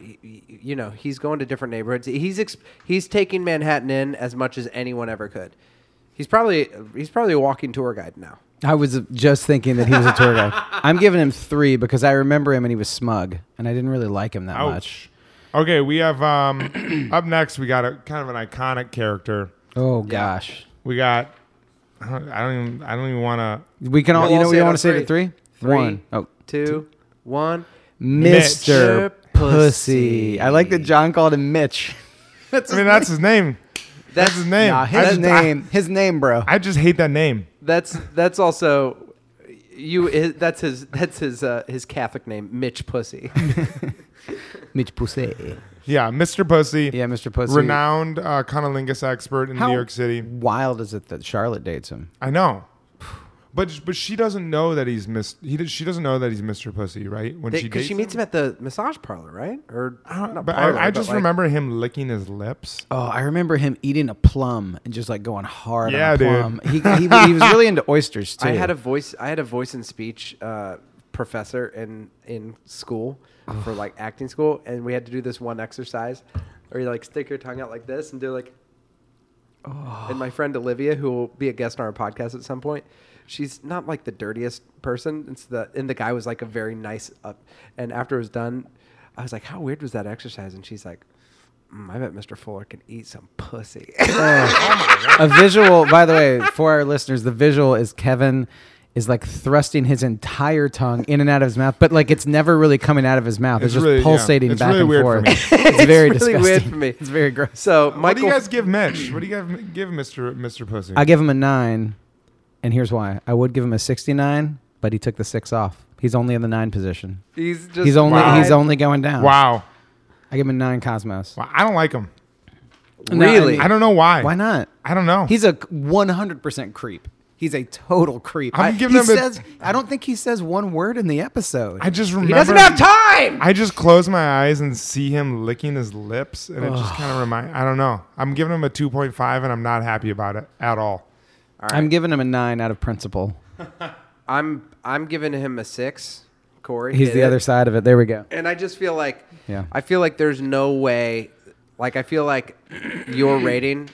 [SPEAKER 6] y- y- you know he's going to different neighborhoods. He's ex- he's taking Manhattan in as much as anyone ever could. He's probably he's probably a walking tour guide now.
[SPEAKER 7] I was just thinking that he was a tour guide. I'm giving him three because I remember him and he was smug, and I didn't really like him that much.
[SPEAKER 8] Okay, we have um up next we got a kind of an iconic character.
[SPEAKER 7] Oh gosh,
[SPEAKER 8] We got I don't, I don't even I don't even want to
[SPEAKER 7] we can all.
[SPEAKER 6] We'll
[SPEAKER 7] you
[SPEAKER 6] all
[SPEAKER 7] know,
[SPEAKER 6] say
[SPEAKER 7] we
[SPEAKER 6] it
[SPEAKER 7] want
[SPEAKER 6] on
[SPEAKER 7] to say it at
[SPEAKER 6] three.
[SPEAKER 7] three,
[SPEAKER 6] Three,
[SPEAKER 7] one. Oh,
[SPEAKER 6] Two, one.
[SPEAKER 7] Mr.
[SPEAKER 6] Mr.
[SPEAKER 7] Pussy. I like that John called him Mitch.
[SPEAKER 8] I mean, that's his name. That's his name.
[SPEAKER 7] Nah,
[SPEAKER 8] I
[SPEAKER 7] his
[SPEAKER 8] just-
[SPEAKER 7] name, his name, bro.
[SPEAKER 8] I, I just hate that name.
[SPEAKER 6] That's that's also you. His, that's his that's his uh, his Catholic name, Mitch Pussy.
[SPEAKER 7] Mitch Pussy.
[SPEAKER 8] Yeah, Mr. Pussy.
[SPEAKER 7] Yeah, Mr. Pussy.
[SPEAKER 8] Renowned uh, conolingus expert in
[SPEAKER 7] How
[SPEAKER 8] New York City.
[SPEAKER 7] Wild is it that Charlotte dates him?
[SPEAKER 8] I know. But but she doesn't know that he's Miss. He does, she doesn't know that he's Mr. Pussy, right? When she
[SPEAKER 6] Because
[SPEAKER 8] dates
[SPEAKER 6] she meets him at the massage parlor, right? Or not
[SPEAKER 8] But
[SPEAKER 6] parlor,
[SPEAKER 8] I, I just
[SPEAKER 6] like-
[SPEAKER 8] remember him licking his lips.
[SPEAKER 7] Oh, I remember him eating a plum and just like going hard
[SPEAKER 8] Yeah,
[SPEAKER 7] on a
[SPEAKER 8] dude.
[SPEAKER 7] plum. He, he, he was really into oysters too.
[SPEAKER 6] I had a voice. I had a voice and speech uh, professor in in school for like acting school, and we had to do this one exercise where you like stick your tongue out like this and do like. And my friend Olivia, who will be a guest on our podcast at some point, she's not like the dirtiest person. It's the and the guy was like a very nice up. And after it was done, I was like, "How weird was that exercise?" And she's like, mm, "I bet Mr. Fuller can eat some pussy."
[SPEAKER 7] oh a visual. By the way, for our listeners, the visual is Kevin is like thrusting his entire tongue in and out of his mouth, but like it's never really coming out of his mouth. It's,
[SPEAKER 8] It's
[SPEAKER 7] just
[SPEAKER 8] really- yeah.
[SPEAKER 7] pulsating
[SPEAKER 8] It's
[SPEAKER 7] back
[SPEAKER 8] really
[SPEAKER 7] and
[SPEAKER 8] weird for
[SPEAKER 7] forth. It's very
[SPEAKER 6] It's
[SPEAKER 7] disgusting.
[SPEAKER 6] really weird for me.
[SPEAKER 7] It's very gross.
[SPEAKER 6] so
[SPEAKER 8] what do
[SPEAKER 6] Michael,
[SPEAKER 8] you guys give Mitch? What do you guys give Mr. Mr. Pussy?
[SPEAKER 7] I give him a nine, and here's why. I would give him a sixty-nine, but he took the six off. He's only in the nine position.
[SPEAKER 6] he's just
[SPEAKER 7] He's only
[SPEAKER 8] Wow.
[SPEAKER 7] he's only going down.
[SPEAKER 8] wow.
[SPEAKER 7] I give him a nine cosmos.
[SPEAKER 8] Wow, I don't like him.
[SPEAKER 7] No, I
[SPEAKER 6] Really?
[SPEAKER 7] mean-
[SPEAKER 8] I don't know why.
[SPEAKER 7] Why not?
[SPEAKER 8] I don't know.
[SPEAKER 7] He's a one hundred percent creep. He's a total creep.
[SPEAKER 8] I'm
[SPEAKER 7] I,
[SPEAKER 8] giving
[SPEAKER 7] he
[SPEAKER 8] him a-
[SPEAKER 7] says, I don't think he says one word in the episode.
[SPEAKER 8] I just remember.
[SPEAKER 6] He doesn't have time.
[SPEAKER 8] I just close my eyes and see him licking his lips, and it just kind of remind. I don't know. I'm giving him a 2.5, and I'm not happy about it at all.
[SPEAKER 7] I'm giving him a nine out of principle.
[SPEAKER 6] I'm I'm giving him a six, Corey.
[SPEAKER 7] He's
[SPEAKER 6] hit
[SPEAKER 7] the
[SPEAKER 6] it.
[SPEAKER 7] other side of it. There we go.
[SPEAKER 6] and I just feel like
[SPEAKER 7] Yeah.
[SPEAKER 6] I feel like there's no way, like I feel like your rating.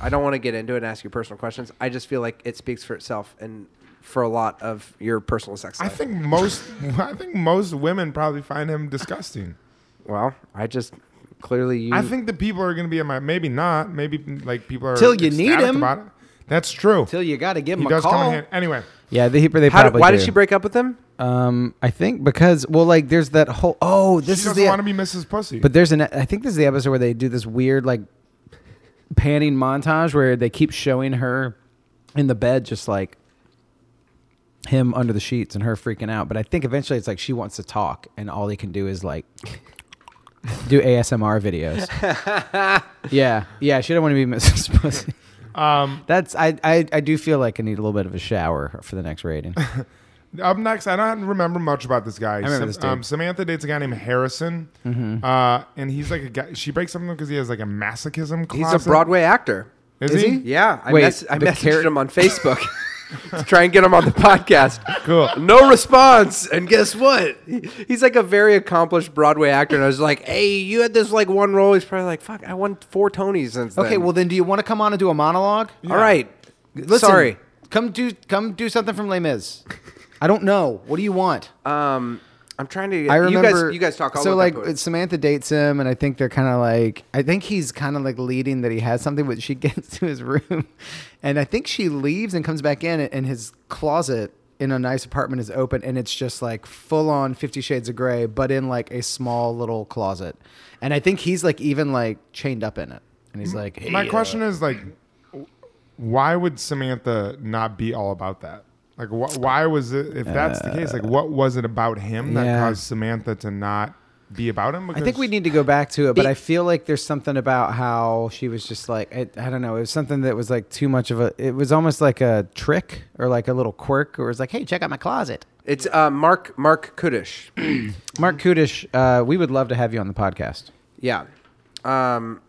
[SPEAKER 6] I don't want to get into it and ask you personal questions. I just feel like it speaks for itself and for a lot of your personal sex
[SPEAKER 8] I
[SPEAKER 6] life.
[SPEAKER 8] think most. I think most women probably find him disgusting.
[SPEAKER 6] well, I just clearly you.
[SPEAKER 8] I
[SPEAKER 7] Mm.
[SPEAKER 8] think the people are going to be at my. Maybe not. Maybe like people are
[SPEAKER 7] Till you need
[SPEAKER 8] ecstatic
[SPEAKER 7] him.
[SPEAKER 8] About it. That's true.
[SPEAKER 7] Till you got to give
[SPEAKER 8] he
[SPEAKER 7] him a
[SPEAKER 8] does come
[SPEAKER 7] call.
[SPEAKER 8] in hand. Anyway,
[SPEAKER 7] Yeah, they, they
[SPEAKER 6] How
[SPEAKER 7] probably
[SPEAKER 6] did, why
[SPEAKER 7] do.
[SPEAKER 6] did she break up with him?
[SPEAKER 7] Um, I think because well, like there's that whole oh this
[SPEAKER 8] she
[SPEAKER 7] is
[SPEAKER 8] doesn't
[SPEAKER 7] the
[SPEAKER 8] want to be Mrs. Pussy.
[SPEAKER 7] but there's an I think this is the episode where they do this weird like panning montage where they keep showing her in the bed just like him under the sheets and her freaking out. But I think eventually it's like she wants to talk and all he can do is like do ASMR videos. yeah, yeah, she don't want to be Mrs. Pussy.
[SPEAKER 8] um,
[SPEAKER 7] That's I, I I do feel like I need a little bit of a shower for the next rating.
[SPEAKER 8] up next, I don't remember much about this guy.
[SPEAKER 7] remember this dude. Mm-hmm.
[SPEAKER 8] um, Samantha dates a guy named Harrison, uh, and he's like a guy. She breaks up with him because he has like a masochism.
[SPEAKER 6] He's
[SPEAKER 8] Closet.
[SPEAKER 6] a Broadway actor.
[SPEAKER 8] Is,
[SPEAKER 7] Is
[SPEAKER 8] he?
[SPEAKER 7] he?
[SPEAKER 6] Yeah, I,
[SPEAKER 7] Wait,
[SPEAKER 6] mess- I
[SPEAKER 7] the
[SPEAKER 6] messaged
[SPEAKER 7] char-
[SPEAKER 6] him on Facebook to try and get him on the podcast.
[SPEAKER 8] Cool.
[SPEAKER 6] No response. And guess what? He- He's like a very accomplished Broadway actor. And I was like, hey, you had this like one role. He's probably like, fuck, I won four Tonys since
[SPEAKER 7] Okay,
[SPEAKER 6] then.
[SPEAKER 7] well then, do you want to come on and do a monologue?
[SPEAKER 6] all right.
[SPEAKER 7] Listen,
[SPEAKER 6] Sorry.
[SPEAKER 7] Come do come do something from Les Mis. I don't know. What do you want?
[SPEAKER 6] Um, I'm trying to.
[SPEAKER 7] I remember
[SPEAKER 6] You guys, you guys talk all
[SPEAKER 7] so
[SPEAKER 6] about
[SPEAKER 7] like
[SPEAKER 6] that
[SPEAKER 7] it's-
[SPEAKER 6] post.
[SPEAKER 7] Samantha dates him, and I think they're kind of like I think he's kind of like leading that he has something, but she gets to his room, and I think she leaves and comes back in, and his closet in a nice apartment is open, and it's just like full on Fifty Shades of Grey, but in like a small little closet, and I think he's like even like chained up in it, and
[SPEAKER 6] Mm-hmm.
[SPEAKER 7] he's like,
[SPEAKER 8] My
[SPEAKER 7] "Hey, uh,
[SPEAKER 8] question is like, why would Samantha not be all about that? Like, wh- why was it? If that's the case, like, what was it about him that
[SPEAKER 7] Uh. yeah.
[SPEAKER 8] caused Samantha to not be about him?
[SPEAKER 7] I
[SPEAKER 8] Because
[SPEAKER 7] think we need to go back to it, but
[SPEAKER 6] Be-
[SPEAKER 7] I feel like there's something about how she was just like I, I don't know. It was something that was like too much of a. It was almost like a trick or like a little quirk, or it was like, hey, check out my closet.
[SPEAKER 6] It's uh, Mark Mark Kudish.
[SPEAKER 7] Mark Kudish, uh, we would love to have you on the podcast.
[SPEAKER 6] Yeah. Um.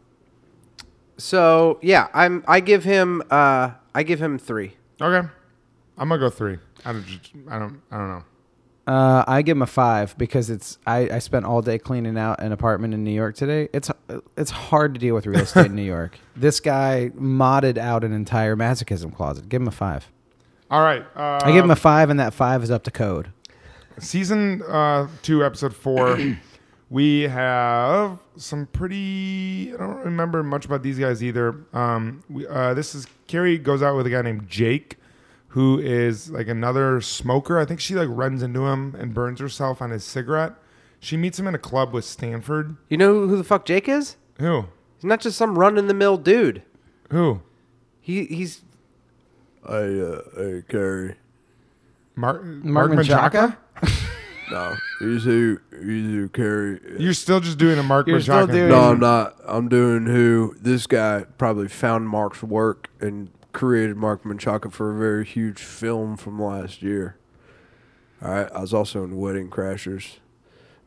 [SPEAKER 6] So yeah, I'm. I give him. Uh, I give him three.
[SPEAKER 8] Okay, I'm gonna go three. I don't. just- I don't. I don't know.
[SPEAKER 7] Uh, I give him a five because it's I, I spent all day cleaning out an apartment in New York today. It's it's hard to deal with real estate in New York. This guy modded out an entire masochism closet. Give him a five.
[SPEAKER 8] All right. Uh,
[SPEAKER 7] I give him a five, and that five is up to code.
[SPEAKER 8] season uh, two, episode four. we have some pretty. I don't remember much about these guys either. Um, we, uh, this is Carrie goes out with a guy named Jake, who is like another smoker. I think she like runs into him and burns herself on his cigarette. She meets him in a club with Stanford.
[SPEAKER 6] You know who the fuck Jake is?
[SPEAKER 8] Who?
[SPEAKER 6] He's not just some run in the mill dude.
[SPEAKER 8] Who?
[SPEAKER 6] He he's
[SPEAKER 1] I, uh, I carry.
[SPEAKER 8] Mark
[SPEAKER 7] Mark Menchaca?
[SPEAKER 1] No. You two, you two carry.
[SPEAKER 8] You're still just doing a Mark
[SPEAKER 7] You're still
[SPEAKER 8] Menchaca.
[SPEAKER 7] doing-
[SPEAKER 1] no, I'm not. I'm doing who this guy probably found Mark's work and created Mark Menchaca for a very huge film from last year. All right. I was also in Wedding Crashers.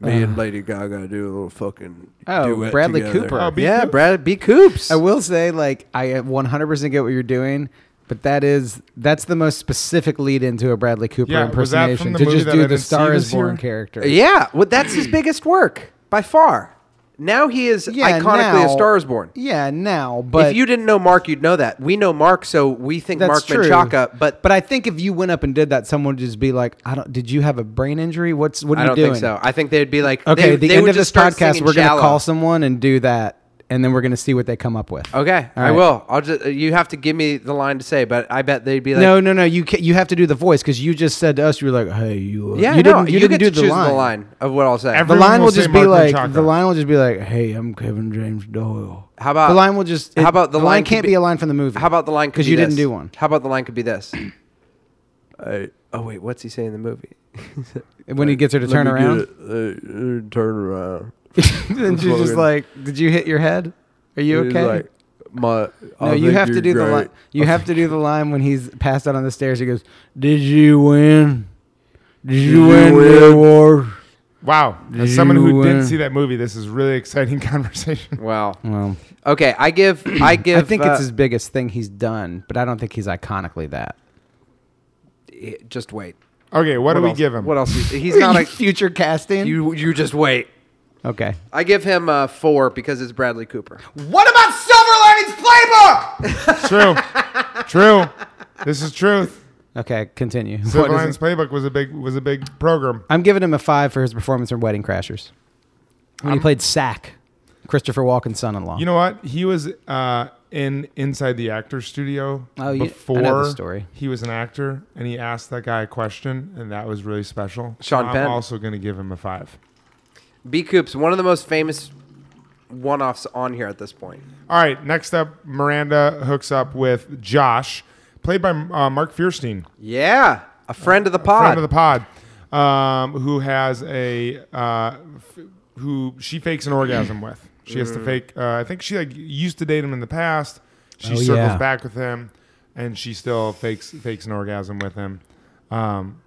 [SPEAKER 1] Me
[SPEAKER 6] Uh.
[SPEAKER 1] and Lady Gaga do a little fucking.
[SPEAKER 7] Oh,
[SPEAKER 1] duet
[SPEAKER 7] Bradley
[SPEAKER 1] together.
[SPEAKER 7] Cooper.
[SPEAKER 8] Oh, B.
[SPEAKER 6] yeah,
[SPEAKER 8] Coops?
[SPEAKER 6] Brad B. Coops. Uh,
[SPEAKER 7] I will say, like, I uh, 100% get what you're doing, but that is that's the most specific lead into a Bradley Cooper
[SPEAKER 8] Yeah, was that
[SPEAKER 7] impersonation
[SPEAKER 8] from the
[SPEAKER 7] to
[SPEAKER 8] movie
[SPEAKER 7] just
[SPEAKER 8] that
[SPEAKER 7] do
[SPEAKER 8] I
[SPEAKER 7] the
[SPEAKER 8] didn't see
[SPEAKER 7] Star Is
[SPEAKER 8] this
[SPEAKER 7] Born
[SPEAKER 8] year?
[SPEAKER 7] character.
[SPEAKER 6] Yeah, well, that's his biggest work by far. Now he is
[SPEAKER 7] Yeah,
[SPEAKER 6] iconically
[SPEAKER 7] now-
[SPEAKER 6] a star is born.
[SPEAKER 7] Yeah, now, but
[SPEAKER 6] if you didn't know Mark, you'd know that. We know Mark, so we think
[SPEAKER 7] that's
[SPEAKER 6] Mark
[SPEAKER 7] true.
[SPEAKER 6] Menchaca, but,
[SPEAKER 7] but I think if you went up and did that, someone would just be like, "I don't. Did you have a brain injury? What's what are
[SPEAKER 6] I
[SPEAKER 7] you
[SPEAKER 6] don't
[SPEAKER 7] doing?"
[SPEAKER 6] think so. I think they'd be like,
[SPEAKER 7] Okay,
[SPEAKER 6] they-
[SPEAKER 7] the
[SPEAKER 6] they
[SPEAKER 7] end
[SPEAKER 6] would
[SPEAKER 7] of
[SPEAKER 6] just
[SPEAKER 7] this
[SPEAKER 6] start
[SPEAKER 7] podcast,
[SPEAKER 6] singing
[SPEAKER 7] we're going
[SPEAKER 6] Shallow.
[SPEAKER 7] to call someone and do that, and then we're going to see what they come up with.
[SPEAKER 6] Okay,
[SPEAKER 7] All
[SPEAKER 6] I
[SPEAKER 7] right.
[SPEAKER 6] will. I'll just. You have to give me the line to say, but I bet they'd be like,
[SPEAKER 7] no, no, no. You ca you have to do the voice because you just said to us you were like, "Hey, you." uh,"
[SPEAKER 6] yeah,
[SPEAKER 7] you
[SPEAKER 6] no,
[SPEAKER 7] didn't. You,
[SPEAKER 6] you get
[SPEAKER 7] didn't do
[SPEAKER 6] to choose the line of what I'll say.
[SPEAKER 8] Every-
[SPEAKER 7] The
[SPEAKER 8] Everyone
[SPEAKER 7] line
[SPEAKER 8] will
[SPEAKER 7] will
[SPEAKER 8] say
[SPEAKER 7] just be
[SPEAKER 8] Mark
[SPEAKER 7] like
[SPEAKER 8] Menchaca.
[SPEAKER 7] the line will just be like, "Hey, I'm Kevin James Doyle."
[SPEAKER 6] How about-
[SPEAKER 7] the line will just?
[SPEAKER 6] how about the
[SPEAKER 7] line,
[SPEAKER 6] line could
[SPEAKER 7] can't
[SPEAKER 6] be-
[SPEAKER 7] be, a line from the movie?
[SPEAKER 6] How about the line? could
[SPEAKER 7] because
[SPEAKER 6] be
[SPEAKER 7] you
[SPEAKER 6] this?
[SPEAKER 7] didn't do one.
[SPEAKER 6] How about the line could be this?
[SPEAKER 1] Hey,
[SPEAKER 6] Oh wait, what's he saying in the movie?
[SPEAKER 7] When he gets her to
[SPEAKER 1] let
[SPEAKER 7] turn
[SPEAKER 1] me get
[SPEAKER 7] around,
[SPEAKER 1] it. Hey, uh, turn around.
[SPEAKER 7] and she's just
[SPEAKER 1] slogan.
[SPEAKER 7] like, "Did you hit your head? Are you
[SPEAKER 1] He's
[SPEAKER 7] okay?"
[SPEAKER 1] like, my,
[SPEAKER 7] no, you have to do the line. You have to do the line when he's passed out on the stairs. He goes, "Did you win? Did you, win, the
[SPEAKER 1] win?
[SPEAKER 7] war?"
[SPEAKER 8] Wow. As someone who
[SPEAKER 7] You,
[SPEAKER 8] didn't
[SPEAKER 7] uh,
[SPEAKER 8] see that movie, this is really exciting conversation.
[SPEAKER 6] Wow.
[SPEAKER 7] Well,
[SPEAKER 6] Okay, I give. I give.
[SPEAKER 7] I think
[SPEAKER 6] uh,
[SPEAKER 7] it's his biggest thing he's done, but I don't think he's iconically that.
[SPEAKER 6] Just wait.
[SPEAKER 8] Okay, what, do we
[SPEAKER 6] else-
[SPEAKER 8] give him?
[SPEAKER 6] What else? is- He's not a.
[SPEAKER 7] future casting.
[SPEAKER 6] You you just wait.
[SPEAKER 7] okay.
[SPEAKER 6] I give him a four because it's Bradley Cooper.
[SPEAKER 7] What about Silver Linings Playbook?
[SPEAKER 8] True. True. This is truth.
[SPEAKER 7] Okay, continue.
[SPEAKER 8] Silver
[SPEAKER 7] What is
[SPEAKER 8] Linings
[SPEAKER 7] it?
[SPEAKER 8] Playbook was a big was a big program.
[SPEAKER 7] I'm giving him a five for his performance in Wedding Crashers. When he played Sack, Christopher Walken's son-in-law.
[SPEAKER 8] You know what? He was uh, in inside the actor's studio
[SPEAKER 7] Oh, yeah. I know
[SPEAKER 8] before
[SPEAKER 7] this story.
[SPEAKER 8] he was an actor, and he asked that guy a question, and that was really special.
[SPEAKER 6] Sean
[SPEAKER 8] I'm
[SPEAKER 6] Penn.
[SPEAKER 8] also going to give him a five.
[SPEAKER 6] B. Coops, one of the most famous one-offs on here at this point.
[SPEAKER 8] All right, next up, Miranda hooks up with Josh, played by uh, Mark Fierstein,
[SPEAKER 6] Yeah, a friend of the pod.
[SPEAKER 8] friend of the pod, um, who has a uh, f- who she fakes an orgasm with. She has
[SPEAKER 7] Mm.
[SPEAKER 8] to fake. Uh, I think she like used to date him in the past. She
[SPEAKER 7] Oh,
[SPEAKER 8] circles
[SPEAKER 7] yeah.
[SPEAKER 8] back with him, and she still fakes fakes an orgasm with him. Um,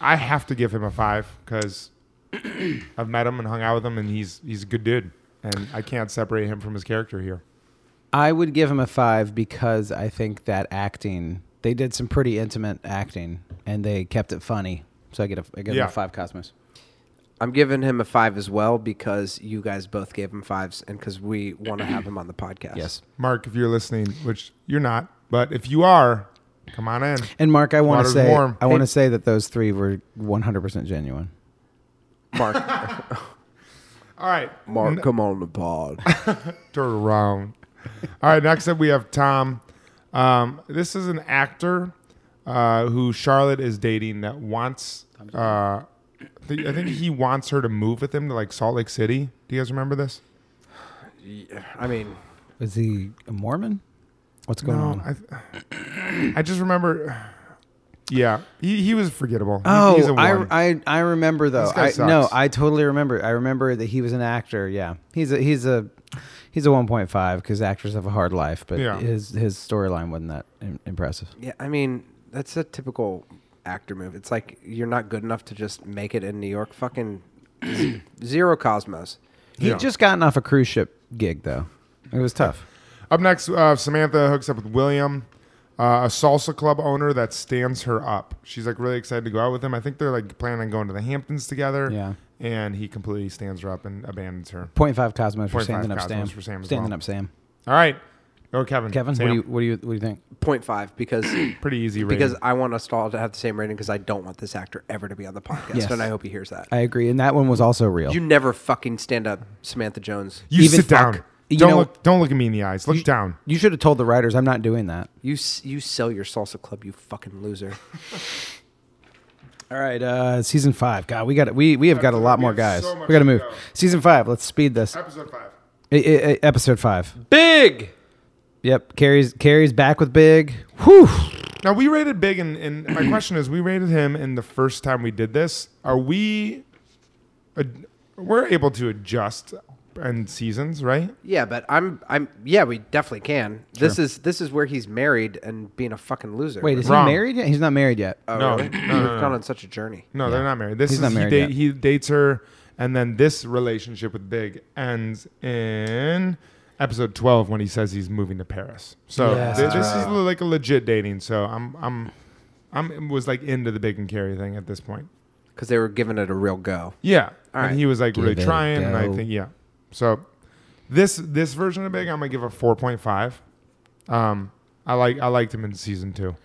[SPEAKER 8] I have to give him a five because I've met him and hung out with him, and he's he's a good dude, and I can't separate him from his character here.
[SPEAKER 7] I would give him a five because I think that acting they did some pretty intimate acting and they kept it funny. So I get a I give
[SPEAKER 8] Yeah.
[SPEAKER 7] him a five Cosmos.
[SPEAKER 6] I'm giving him a five as well because you guys both gave him fives and because we want to have him on the podcast.
[SPEAKER 7] Yes.
[SPEAKER 8] Mark, if you're listening, which you're not, but if you are, come on in.
[SPEAKER 7] And Mark, I want to
[SPEAKER 8] Water's
[SPEAKER 7] say
[SPEAKER 8] warm.
[SPEAKER 7] I want
[SPEAKER 8] Hey.
[SPEAKER 7] to say that those three were 100 percent genuine.
[SPEAKER 6] Mark.
[SPEAKER 8] All right,
[SPEAKER 1] Mark, come on the pod.
[SPEAKER 8] turn around. All right, next up we have Tom. Um, this is an actor uh, who Charlotte is dating that wants. Uh, th- I think he wants her to move with him to like Salt Lake City. Do you guys remember this?
[SPEAKER 6] I mean,
[SPEAKER 7] Is he a Mormon? What's going
[SPEAKER 8] No,
[SPEAKER 7] on?
[SPEAKER 8] I, th- I just remember. Yeah, he, he was forgettable. He- he's a
[SPEAKER 7] Oh,
[SPEAKER 8] one.
[SPEAKER 7] I, I I remember though.
[SPEAKER 8] This guy
[SPEAKER 7] I, no,
[SPEAKER 8] sucks.
[SPEAKER 7] I totally remember. I remember that he was an actor. Yeah, he's a he's a he's a one point five because actors have a hard life. But
[SPEAKER 8] Yeah.
[SPEAKER 7] his his storyline wasn't that im- impressive.
[SPEAKER 6] yeah, I mean that's a typical actor move. It's like you're not good enough to just make it in New York. Fucking z- zero cosmos.
[SPEAKER 7] He
[SPEAKER 8] Yeah.
[SPEAKER 7] would just gotten off a cruise ship gig though. It was tough.
[SPEAKER 8] Up next, uh, Samantha hooks up with William, uh, a salsa club owner that stands her up. She's like really excited to go out with him. I think they're like planning on going to the Hamptons together.
[SPEAKER 7] Yeah.
[SPEAKER 8] And he completely stands her up and abandons her.
[SPEAKER 7] Point five cosmos for
[SPEAKER 8] 0.5
[SPEAKER 7] standing up, Sam.
[SPEAKER 8] Cosmos for Sam as
[SPEAKER 7] standing
[SPEAKER 8] well.
[SPEAKER 7] up, Sam.
[SPEAKER 8] All right. Go, Kevin.
[SPEAKER 7] Kevin,
[SPEAKER 8] Sam,
[SPEAKER 7] what do you what do you what do you think?
[SPEAKER 6] Point five because
[SPEAKER 8] pretty easy rating.
[SPEAKER 6] because I want us to all to have the same rating because I don't want this actor ever to be on the podcast
[SPEAKER 7] Yes.
[SPEAKER 6] and I hope he hears that.
[SPEAKER 7] I agree, and that one was also real.
[SPEAKER 6] you never fucking stand up, Samantha Jones.
[SPEAKER 8] you
[SPEAKER 7] even
[SPEAKER 8] sit
[SPEAKER 7] fuck-
[SPEAKER 8] down.
[SPEAKER 7] you
[SPEAKER 8] don't
[SPEAKER 7] know-
[SPEAKER 8] look. Don't look at me in the eyes. Look down.
[SPEAKER 7] you should have told the writers, I'm not doing that.
[SPEAKER 6] You s- you sell your salsa club, you fucking loser.
[SPEAKER 7] All right, uh, season five. God, we got we we have got a lot
[SPEAKER 8] We
[SPEAKER 7] more
[SPEAKER 8] have
[SPEAKER 7] guys.
[SPEAKER 8] so much
[SPEAKER 7] we got to
[SPEAKER 8] to
[SPEAKER 7] move.
[SPEAKER 8] go.
[SPEAKER 7] Season five. Let's speed this.
[SPEAKER 8] Episode five.
[SPEAKER 7] I- I- I- episode five.
[SPEAKER 6] Big
[SPEAKER 7] Yep. Carrie's Carrie's back with Big. Whew.
[SPEAKER 8] Now we rated Big, and, and my question is, we rated him in the first time we did this. Are we, ad- we're able to adjust and seasons, right?
[SPEAKER 6] Yeah, but I'm I'm yeah, we definitely can. This is this is where he's married and being a fucking loser.
[SPEAKER 7] Wait, is
[SPEAKER 8] Wrong.
[SPEAKER 7] he married yet? He's not married yet.
[SPEAKER 6] oh,
[SPEAKER 8] No,
[SPEAKER 6] really?
[SPEAKER 8] no,
[SPEAKER 6] We've
[SPEAKER 8] no, no.
[SPEAKER 6] gone on such a journey.
[SPEAKER 8] No, they're not married. This
[SPEAKER 7] He's
[SPEAKER 8] is
[SPEAKER 7] not married
[SPEAKER 8] he,
[SPEAKER 7] yet.
[SPEAKER 8] he dates her, and then this relationship with Big ends in episode twelve when he says he's moving to Paris. So
[SPEAKER 7] Yes,
[SPEAKER 8] thi-
[SPEAKER 7] that's
[SPEAKER 8] this is like a legit dating. So I'm I'm I'm was like into the Big and Carrie thing at this point.
[SPEAKER 6] Because they were giving it a real go.
[SPEAKER 8] Yeah,
[SPEAKER 6] All right.
[SPEAKER 8] and he was like
[SPEAKER 7] Give
[SPEAKER 8] really
[SPEAKER 7] it a
[SPEAKER 8] trying, and I
[SPEAKER 7] go.
[SPEAKER 8] think yeah. So this this version of Big, I'm gonna give a four point five. Um, I like I liked him in season two.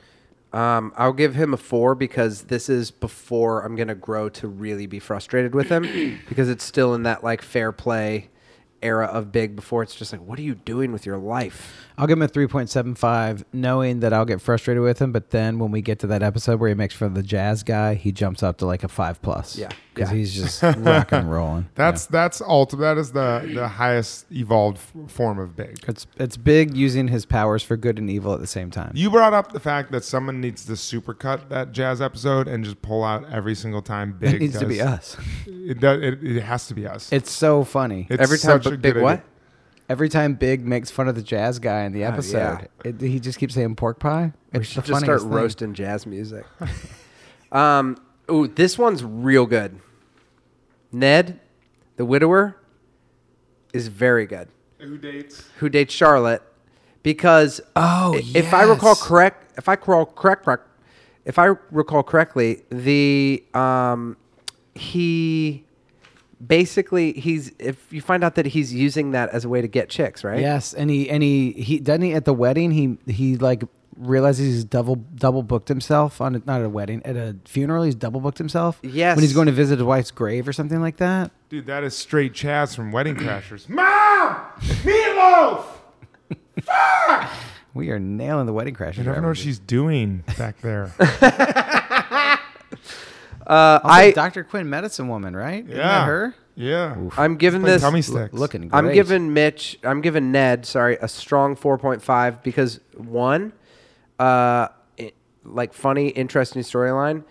[SPEAKER 6] Um, I'll give him a four because this is before I'm gonna grow to really be frustrated with him because it's still in that like fair play era of big before it's just like what are you doing with your life
[SPEAKER 7] I'll give him a 3.75, knowing that I'll get frustrated with him. But then when we get to that episode where he makes fun of the jazz guy, he jumps up to like a five plus.
[SPEAKER 6] Yeah.
[SPEAKER 7] Because
[SPEAKER 6] Yeah.
[SPEAKER 7] he's just rock and rolling.
[SPEAKER 8] That's that's ultimate. That is the the highest evolved f- form of Big.
[SPEAKER 7] Yeah. It's, it's big using his powers for good and evil at the same time.
[SPEAKER 8] You brought up the fact that someone needs to supercut that jazz episode and just pull out every single time Big
[SPEAKER 7] it needs to
[SPEAKER 8] does-
[SPEAKER 7] be us.
[SPEAKER 8] It, does, it, it has to be us.
[SPEAKER 7] It's so funny.
[SPEAKER 8] It's
[SPEAKER 6] every time
[SPEAKER 8] such a
[SPEAKER 6] but big
[SPEAKER 8] good
[SPEAKER 6] what
[SPEAKER 8] idea.
[SPEAKER 7] Every time Big makes fun of the jazz guy in the episode, it, he just keeps saying pork pie. It's
[SPEAKER 6] Oh, we should
[SPEAKER 7] the
[SPEAKER 6] just start
[SPEAKER 7] funniest thing.
[SPEAKER 6] roasting jazz music um ooh this one's real good ned the widower is very good
[SPEAKER 8] Who dates?
[SPEAKER 6] who dates Charlotte because
[SPEAKER 7] Oh,
[SPEAKER 6] i- if I recall
[SPEAKER 7] yes.
[SPEAKER 6] correct, if I recall correct, correct if I recall correctly, the um, he basically he's if you find out that he's using that as a way to get chicks, right?
[SPEAKER 7] Yes, and he and he he doesn't he at the wedding he he like realizes he's double double booked himself on a, not at a wedding at a funeral he's double booked himself.
[SPEAKER 6] Yes.
[SPEAKER 7] when he's going to visit his wife's grave or something like that.
[SPEAKER 8] Dude, that is straight Chaz from Wedding Crashers. Mom, meatloaf.
[SPEAKER 7] We are nailing the wedding crash.
[SPEAKER 8] You never know what she's doing back there.
[SPEAKER 6] Uh,
[SPEAKER 7] I
[SPEAKER 6] I
[SPEAKER 7] Dr. Quinn medicine woman right? Isn't
[SPEAKER 8] Yeah.
[SPEAKER 7] that her
[SPEAKER 8] yeah.
[SPEAKER 6] I'm giving
[SPEAKER 8] Playing
[SPEAKER 6] this
[SPEAKER 8] tummy
[SPEAKER 7] L-
[SPEAKER 8] sticks.
[SPEAKER 7] looking. Great.
[SPEAKER 6] I'm giving Mitch, I'm giving Ned, sorry, a strong 4.5 because one, uh, it, like funny, interesting storyline.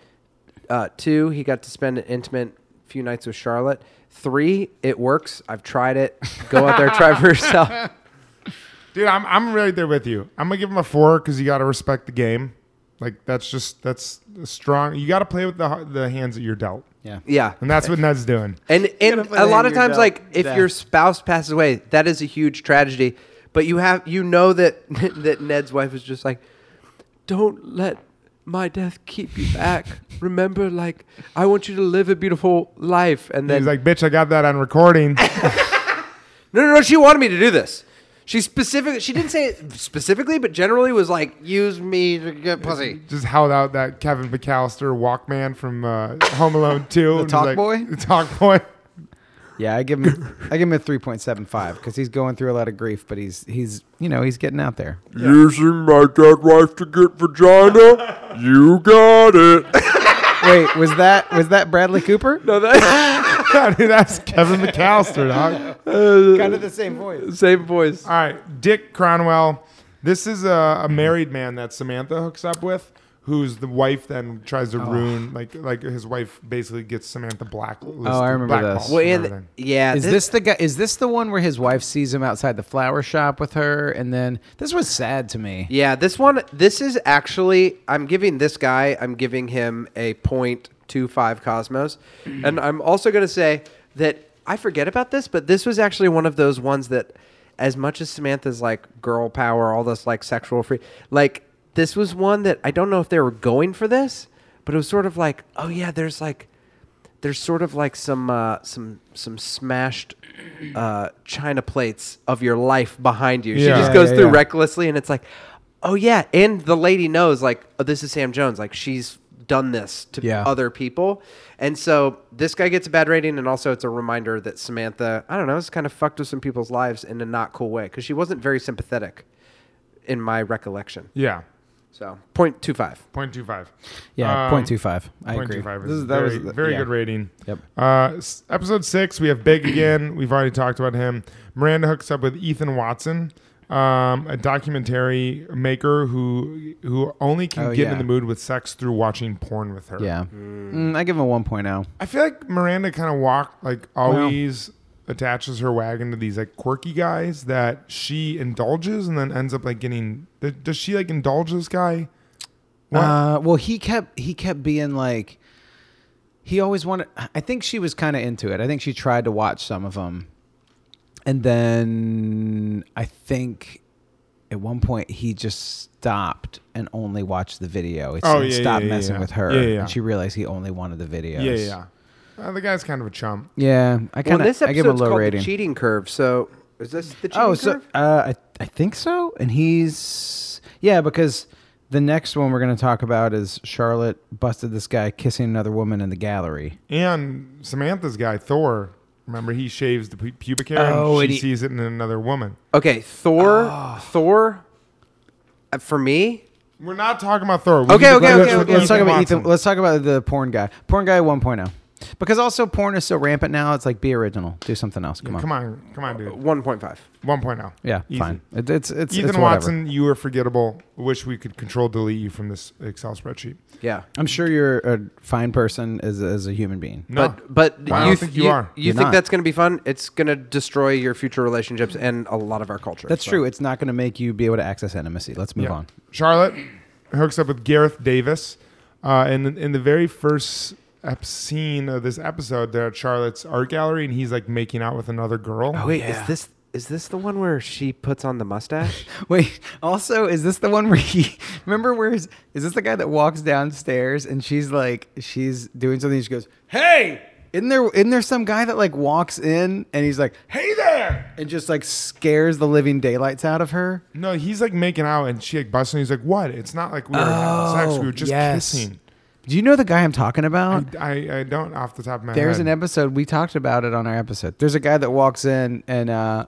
[SPEAKER 6] Uh, two, he got to spend an intimate few nights with Charlotte. Three, it works. I've tried it. Go out there, try for yourself.
[SPEAKER 8] Dude, I'm I'm right there with you. I'm gonna give him a four because you gotta respect the game. Like that's just that's strong. You gotta play with the the hands that you're dealt,
[SPEAKER 7] yeah.
[SPEAKER 6] Yeah.
[SPEAKER 8] and that's what Ned's doing.
[SPEAKER 6] And and
[SPEAKER 7] put
[SPEAKER 6] a
[SPEAKER 7] it
[SPEAKER 6] lot
[SPEAKER 7] in
[SPEAKER 6] of
[SPEAKER 7] your
[SPEAKER 6] times,
[SPEAKER 7] belt.
[SPEAKER 6] like if
[SPEAKER 7] Yeah.
[SPEAKER 6] your spouse passes away, that is a huge tragedy. But you have you know that that Ned's wife was just like, "Don't let my death keep you back. Remember, like I want you to live a beautiful life." And then
[SPEAKER 8] He's like, bitch, I got that on recording.
[SPEAKER 6] no, no, no. She wanted me to do this. She specific. She didn't say it specifically, but generally was like, "Use me to get pussy."
[SPEAKER 8] just held out that Kevin McAllister Walkman from uh, Home Alone 2. and was
[SPEAKER 7] Talk
[SPEAKER 8] like-
[SPEAKER 7] Boy?
[SPEAKER 8] The Talk Boy.
[SPEAKER 7] Yeah, I give him I give him a three point seven five because he's going through a lot of grief, but he's he's you know he's getting out there.
[SPEAKER 1] Using my dead wife to get vagina? you got it.
[SPEAKER 7] Wait, was that was that Bradley Cooper? No,
[SPEAKER 8] Dude, that's Kevin McAllister, dog.
[SPEAKER 7] kind of the same voice.
[SPEAKER 6] Same voice.
[SPEAKER 8] All right, Dick Cronwell. This is a, a married man that Samantha hooks up with, who's the wife then tries
[SPEAKER 7] Oh.
[SPEAKER 8] to ruin, like, like his wife basically gets Samantha blacklisted.
[SPEAKER 7] Oh, I remember
[SPEAKER 8] blackballed
[SPEAKER 7] this.
[SPEAKER 8] from
[SPEAKER 6] Well, and
[SPEAKER 8] everything.
[SPEAKER 6] yeah,
[SPEAKER 7] Is this the guy? Is this the one where his wife sees him outside the flower shop with her, and then this was sad to me.
[SPEAKER 6] Yeah, this one, this is actually, I'm giving this guy, I'm giving him a 0.25 Cosmos. and I'm also going to say that I forget about this, but this was actually one of those ones that, as much as Samantha's like girl power, all this like sexual free, like this was one that I don't know if they were going for this, but it was sort of like, oh yeah, there's like, there's sort of like some uh, some some smashed uh, china plates of your life behind you. She
[SPEAKER 8] Yeah.
[SPEAKER 6] just
[SPEAKER 8] Yeah,
[SPEAKER 6] goes
[SPEAKER 7] yeah,
[SPEAKER 6] through
[SPEAKER 7] yeah.
[SPEAKER 6] recklessly, and it's like, oh yeah, and the lady knows like oh, this is Sam Jones. Like she's done this to
[SPEAKER 7] Yeah.
[SPEAKER 6] other people, and so this guy gets a bad rating, and also it's a reminder that Samantha, I don't know, has kind of fucked with some people's lives in a not cool way because she wasn't very sympathetic, in my recollection.
[SPEAKER 8] Yeah,
[SPEAKER 6] So 0.25.
[SPEAKER 8] 0.25.
[SPEAKER 7] Yeah,
[SPEAKER 8] Um,
[SPEAKER 7] point two five. I agree.
[SPEAKER 8] 0.25 is
[SPEAKER 7] This is-
[SPEAKER 8] very,
[SPEAKER 7] the-
[SPEAKER 8] very
[SPEAKER 7] yeah.
[SPEAKER 8] good rating.
[SPEAKER 7] Yep.
[SPEAKER 8] Uh, s- episode six, we have Big again. We've already talked about him. Miranda hooks up with Ethan Watson. um, a documentary maker who who only can
[SPEAKER 7] Oh,
[SPEAKER 8] get
[SPEAKER 7] yeah.
[SPEAKER 8] in the mood with sex through watching porn with her.
[SPEAKER 7] Yeah. Mm, I give him a 1.0.
[SPEAKER 8] I feel like Miranda kind of walk like always attaches her wagon to these like quirky guys that she indulges and then ends up like getting. th- Does she like indulge this guy? What?
[SPEAKER 7] Uh, well, he kept he kept being like, he always wanted. I think she was kind of into it. I think she tried to watch some of them, and then I think at one point he just stopped and only watched the video. It
[SPEAKER 8] Oh,
[SPEAKER 7] said
[SPEAKER 8] yeah,
[SPEAKER 7] stopped
[SPEAKER 8] yeah, yeah,
[SPEAKER 7] messing
[SPEAKER 8] yeah.
[SPEAKER 7] with her,
[SPEAKER 8] Yeah, yeah, yeah.
[SPEAKER 7] and she realized he only wanted the videos.
[SPEAKER 8] yeah, yeah. yeah. Uh, the guy's kind of a chump.
[SPEAKER 7] yeah. I kind
[SPEAKER 6] Well,
[SPEAKER 7] of
[SPEAKER 6] this
[SPEAKER 7] I give him a
[SPEAKER 6] episode's
[SPEAKER 7] low
[SPEAKER 6] called
[SPEAKER 7] rating.
[SPEAKER 6] the cheating curve. So is this the cheating
[SPEAKER 7] Oh,
[SPEAKER 6] curve?
[SPEAKER 7] so uh, I I think so. And he's yeah, because the next one we're going to talk about is Charlotte busted this guy kissing another woman in the gallery.
[SPEAKER 8] And Samantha's guy Thor. Remember, he shaves the pu- pubic hair
[SPEAKER 7] Oh,
[SPEAKER 8] and
[SPEAKER 7] and
[SPEAKER 8] she
[SPEAKER 7] he-
[SPEAKER 8] sees it in another woman.
[SPEAKER 6] okay, Thor.
[SPEAKER 7] Ah.
[SPEAKER 6] Thor. uh, For me,
[SPEAKER 8] We're not talking about Thor. We
[SPEAKER 6] Okay,
[SPEAKER 8] need to
[SPEAKER 6] okay,
[SPEAKER 8] talk
[SPEAKER 6] okay,
[SPEAKER 8] about-
[SPEAKER 6] okay.
[SPEAKER 7] Let's talk
[SPEAKER 8] Ethan
[SPEAKER 7] about
[SPEAKER 8] Watson.
[SPEAKER 7] Ethan. Let's talk about the porn guy. Porn guy 1.0. Because also porn is so rampant now, it's like be original, do something else. Come on.
[SPEAKER 8] Come on, come on, dude.
[SPEAKER 6] one point five.
[SPEAKER 8] 1.0.
[SPEAKER 7] Yeah,
[SPEAKER 8] Easy.
[SPEAKER 7] fine. It, it's it's
[SPEAKER 8] Ethan
[SPEAKER 7] it's whatever.
[SPEAKER 8] Watson, you are forgettable. Wish we could control delete you from this Excel spreadsheet.
[SPEAKER 6] Yeah.
[SPEAKER 7] I'm sure you're a fine person as as a human being.
[SPEAKER 8] No,
[SPEAKER 6] But but
[SPEAKER 8] I
[SPEAKER 6] you,
[SPEAKER 8] don't
[SPEAKER 6] th-
[SPEAKER 8] think you
[SPEAKER 6] you
[SPEAKER 8] are.
[SPEAKER 6] You
[SPEAKER 7] You're
[SPEAKER 6] think
[SPEAKER 7] not.
[SPEAKER 6] that's going to be fun? It's going to destroy your future relationships and a lot of our culture.
[SPEAKER 7] That's
[SPEAKER 6] so.
[SPEAKER 7] true. It's not going to make you be able to access intimacy. Let's move
[SPEAKER 8] Yeah.
[SPEAKER 7] on.
[SPEAKER 8] Charlotte hooks up with Gareth Davis, uh, and in the very first ep- scene of this episode, they're at Charlotte's art gallery, and he's like making out with another girl.
[SPEAKER 6] Oh wait, is this is this the one where she puts on the mustache?
[SPEAKER 7] Wait. Also, is this the one where he? Remember where is? Is this the guy that walks downstairs and she's like, she's doing something. And she goes, "Hey!" Isn't there? Isn't there some guy that like walks in and he's like, "Hey there!" and just like scares the living daylights out of her.
[SPEAKER 8] No, he's like making out, and she like busts, and he's like, "What? It's not like we were having
[SPEAKER 6] Oh,
[SPEAKER 8] sex. We were just kissing."
[SPEAKER 7] Do you know the guy I'm talking about?
[SPEAKER 8] I, I don't off the top of my
[SPEAKER 7] There's
[SPEAKER 8] head.
[SPEAKER 7] an episode we talked about it on our episode. There's a guy that walks in and uh,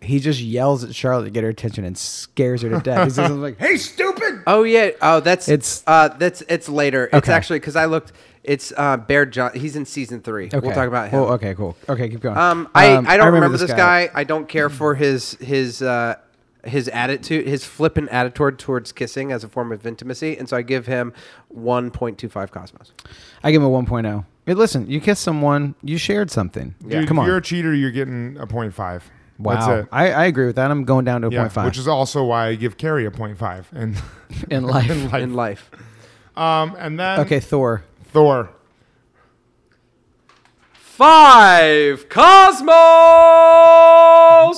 [SPEAKER 7] he just yells at Charlotte to get her attention and scares her to death. He's just like, "Hey, stupid!"
[SPEAKER 6] oh yeah. Oh that's
[SPEAKER 7] It's-
[SPEAKER 6] uh that's it's later. It's
[SPEAKER 7] Okay.
[SPEAKER 6] actually because I looked. It's uh Bear John. He's in season three. We'll talk about him.
[SPEAKER 7] Oh, okay, cool. Okay, keep going.
[SPEAKER 6] Um, I, I don't remember, this guy. I don't care for his his uh, his attitude, his flippant attitude towards kissing as a form of intimacy, and so I give him one point two five cosmos.
[SPEAKER 7] I give him a 1.0. Hey, listen, you kissed someone, you shared something.
[SPEAKER 8] Dude,
[SPEAKER 7] Come
[SPEAKER 8] if
[SPEAKER 7] on.
[SPEAKER 8] you're a cheater, you're getting a point five.
[SPEAKER 7] wow.
[SPEAKER 8] That's it.
[SPEAKER 7] I, I agree with that. I'm going down to a
[SPEAKER 8] yeah,
[SPEAKER 7] 0.5.
[SPEAKER 8] which is also why I give Carrie a point five. And
[SPEAKER 7] in life.
[SPEAKER 8] in life.
[SPEAKER 6] In life,
[SPEAKER 8] Um, and then
[SPEAKER 7] okay, Thor.
[SPEAKER 8] Thor.
[SPEAKER 6] five cosmos,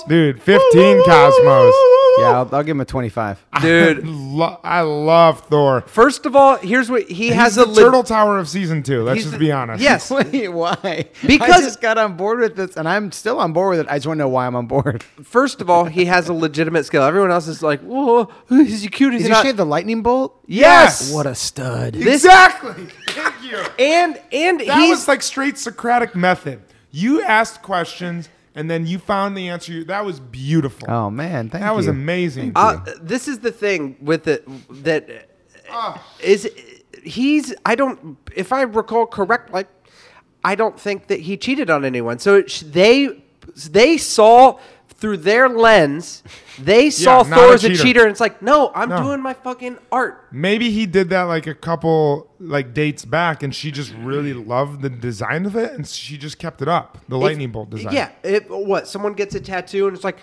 [SPEAKER 8] Dude, 15 Cosmos.
[SPEAKER 7] Yeah, I'll, I'll give him a 25.
[SPEAKER 6] dude.
[SPEAKER 8] Lo- I love Thor.
[SPEAKER 6] First of all, here's what he has
[SPEAKER 8] He's
[SPEAKER 6] a
[SPEAKER 8] the
[SPEAKER 6] lit-
[SPEAKER 8] Turtle Tower of season two. Let's
[SPEAKER 6] he's
[SPEAKER 8] just
[SPEAKER 6] the-
[SPEAKER 8] be honest.
[SPEAKER 6] Yes,
[SPEAKER 7] Wait, why? I
[SPEAKER 6] Because-
[SPEAKER 7] just got on board with this, and I'm still on board with it. I just want to know why I'm on board.
[SPEAKER 6] first of all, he has a legitimate skill. Everyone else is like, "Whoa, is he cute? Is,
[SPEAKER 7] Did
[SPEAKER 6] he
[SPEAKER 7] you
[SPEAKER 6] not?"
[SPEAKER 7] shave the lightning bolt?
[SPEAKER 6] yes,
[SPEAKER 7] What a stud.
[SPEAKER 6] this
[SPEAKER 8] Exactly. Thank you.
[SPEAKER 6] and and
[SPEAKER 8] That
[SPEAKER 6] he's
[SPEAKER 8] was like straight Socratic method. You asked questions and then you found the answer. That was beautiful.
[SPEAKER 7] oh, man. Thank
[SPEAKER 8] that was
[SPEAKER 7] you.
[SPEAKER 8] amazing.
[SPEAKER 6] Uh, this is the thing with it that is he's I don't if I recall correct like I don't think that he cheated on anyone. So it sh- they they saw through their lens they saw
[SPEAKER 8] not
[SPEAKER 6] Thor
[SPEAKER 8] a
[SPEAKER 6] as a
[SPEAKER 8] cheater.
[SPEAKER 6] cheater and it's like no I'm
[SPEAKER 8] No.
[SPEAKER 6] doing my fucking art.
[SPEAKER 8] Maybe he did that like a couple like dates back and she just really loved the design of it and she just kept it up. The lightning bolt design.
[SPEAKER 6] Yeah, it, what someone gets a tattoo and it's like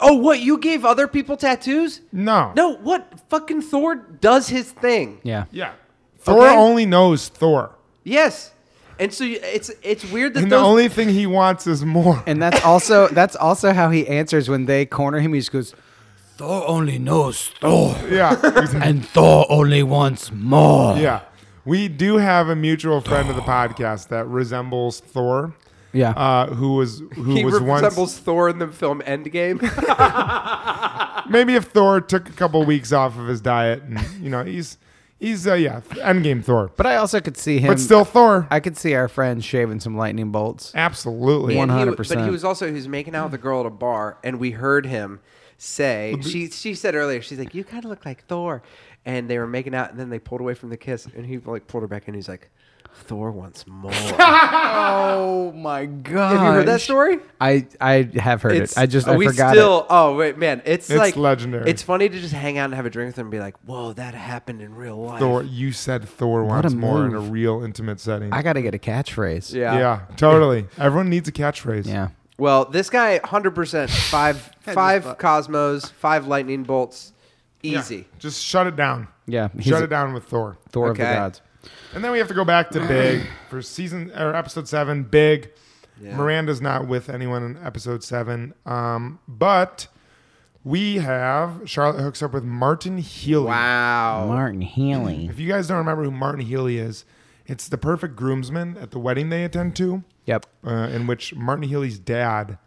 [SPEAKER 6] oh what you gave other people tattoos?
[SPEAKER 8] No.
[SPEAKER 6] No, what fucking Thor does his thing.
[SPEAKER 7] Yeah.
[SPEAKER 8] Yeah. Thor
[SPEAKER 6] Okay.
[SPEAKER 8] only knows Thor.
[SPEAKER 6] Yes. And so you- it's it's weird that
[SPEAKER 8] And the
[SPEAKER 6] those
[SPEAKER 8] only thing he wants is more.
[SPEAKER 7] And that's also that's also how he answers when they corner him. He just goes, Thor only knows Thor.
[SPEAKER 8] yeah.
[SPEAKER 7] and Thor only wants more.
[SPEAKER 8] yeah. We do have a mutual friend of the podcast that resembles Thor.
[SPEAKER 7] Yeah.
[SPEAKER 8] Uh, who was who
[SPEAKER 6] He
[SPEAKER 8] was once
[SPEAKER 6] resembles Thor in the film Endgame.
[SPEAKER 8] maybe if Thor took a couple weeks off of his diet and you know he's he's uh, yeah Endgame Thor
[SPEAKER 7] But I also could see him.
[SPEAKER 8] but still Thor
[SPEAKER 7] I could see our friend shaving some lightning bolts.
[SPEAKER 8] absolutely
[SPEAKER 7] One-
[SPEAKER 6] And he-
[SPEAKER 7] 100%.
[SPEAKER 6] But he was also he was making out with a girl at a bar, and we heard him say she she said earlier she's like you kind of look like Thor, and they were making out, and then they pulled away from the kiss, and he like pulled her back in. He's like, Thor wants more.
[SPEAKER 7] Oh my god!
[SPEAKER 6] Have you heard that story?
[SPEAKER 7] I I have heard it. I just I
[SPEAKER 6] we
[SPEAKER 7] forgot it.
[SPEAKER 6] still. Oh wait, man, it's,
[SPEAKER 8] It's
[SPEAKER 6] like
[SPEAKER 8] legendary.
[SPEAKER 6] It's funny to just hang out and have a drink with them and be like, "Whoa, that happened in real life."
[SPEAKER 8] Thor, you said Thor wants
[SPEAKER 7] a
[SPEAKER 8] more in a
[SPEAKER 7] move.
[SPEAKER 8] real intimate setting.
[SPEAKER 7] I gotta get a catchphrase.
[SPEAKER 6] Yeah.
[SPEAKER 8] yeah, totally. Everyone needs a catchphrase.
[SPEAKER 7] Yeah.
[SPEAKER 6] Well, this guy, hundred percent, five five cosmos, five lightning bolts,
[SPEAKER 8] Yeah.
[SPEAKER 6] easy.
[SPEAKER 8] Just shut it down.
[SPEAKER 7] Yeah, he's
[SPEAKER 8] Shut
[SPEAKER 7] a-
[SPEAKER 8] it down with Thor.
[SPEAKER 7] Thor of
[SPEAKER 6] Okay.
[SPEAKER 7] the gods.
[SPEAKER 8] And then we have to go back to Big for season or episode seven. Big.
[SPEAKER 6] Yeah.
[SPEAKER 8] Miranda's not with anyone in episode seven. Um, but we have Charlotte hooks up with Martin Healy.
[SPEAKER 6] Wow.
[SPEAKER 7] Martin Healy.
[SPEAKER 8] If you guys don't remember who Martin Healy is, it's the perfect groomsman at the wedding they attend to,
[SPEAKER 7] Yep.
[SPEAKER 8] uh, in which Martin Healy's dad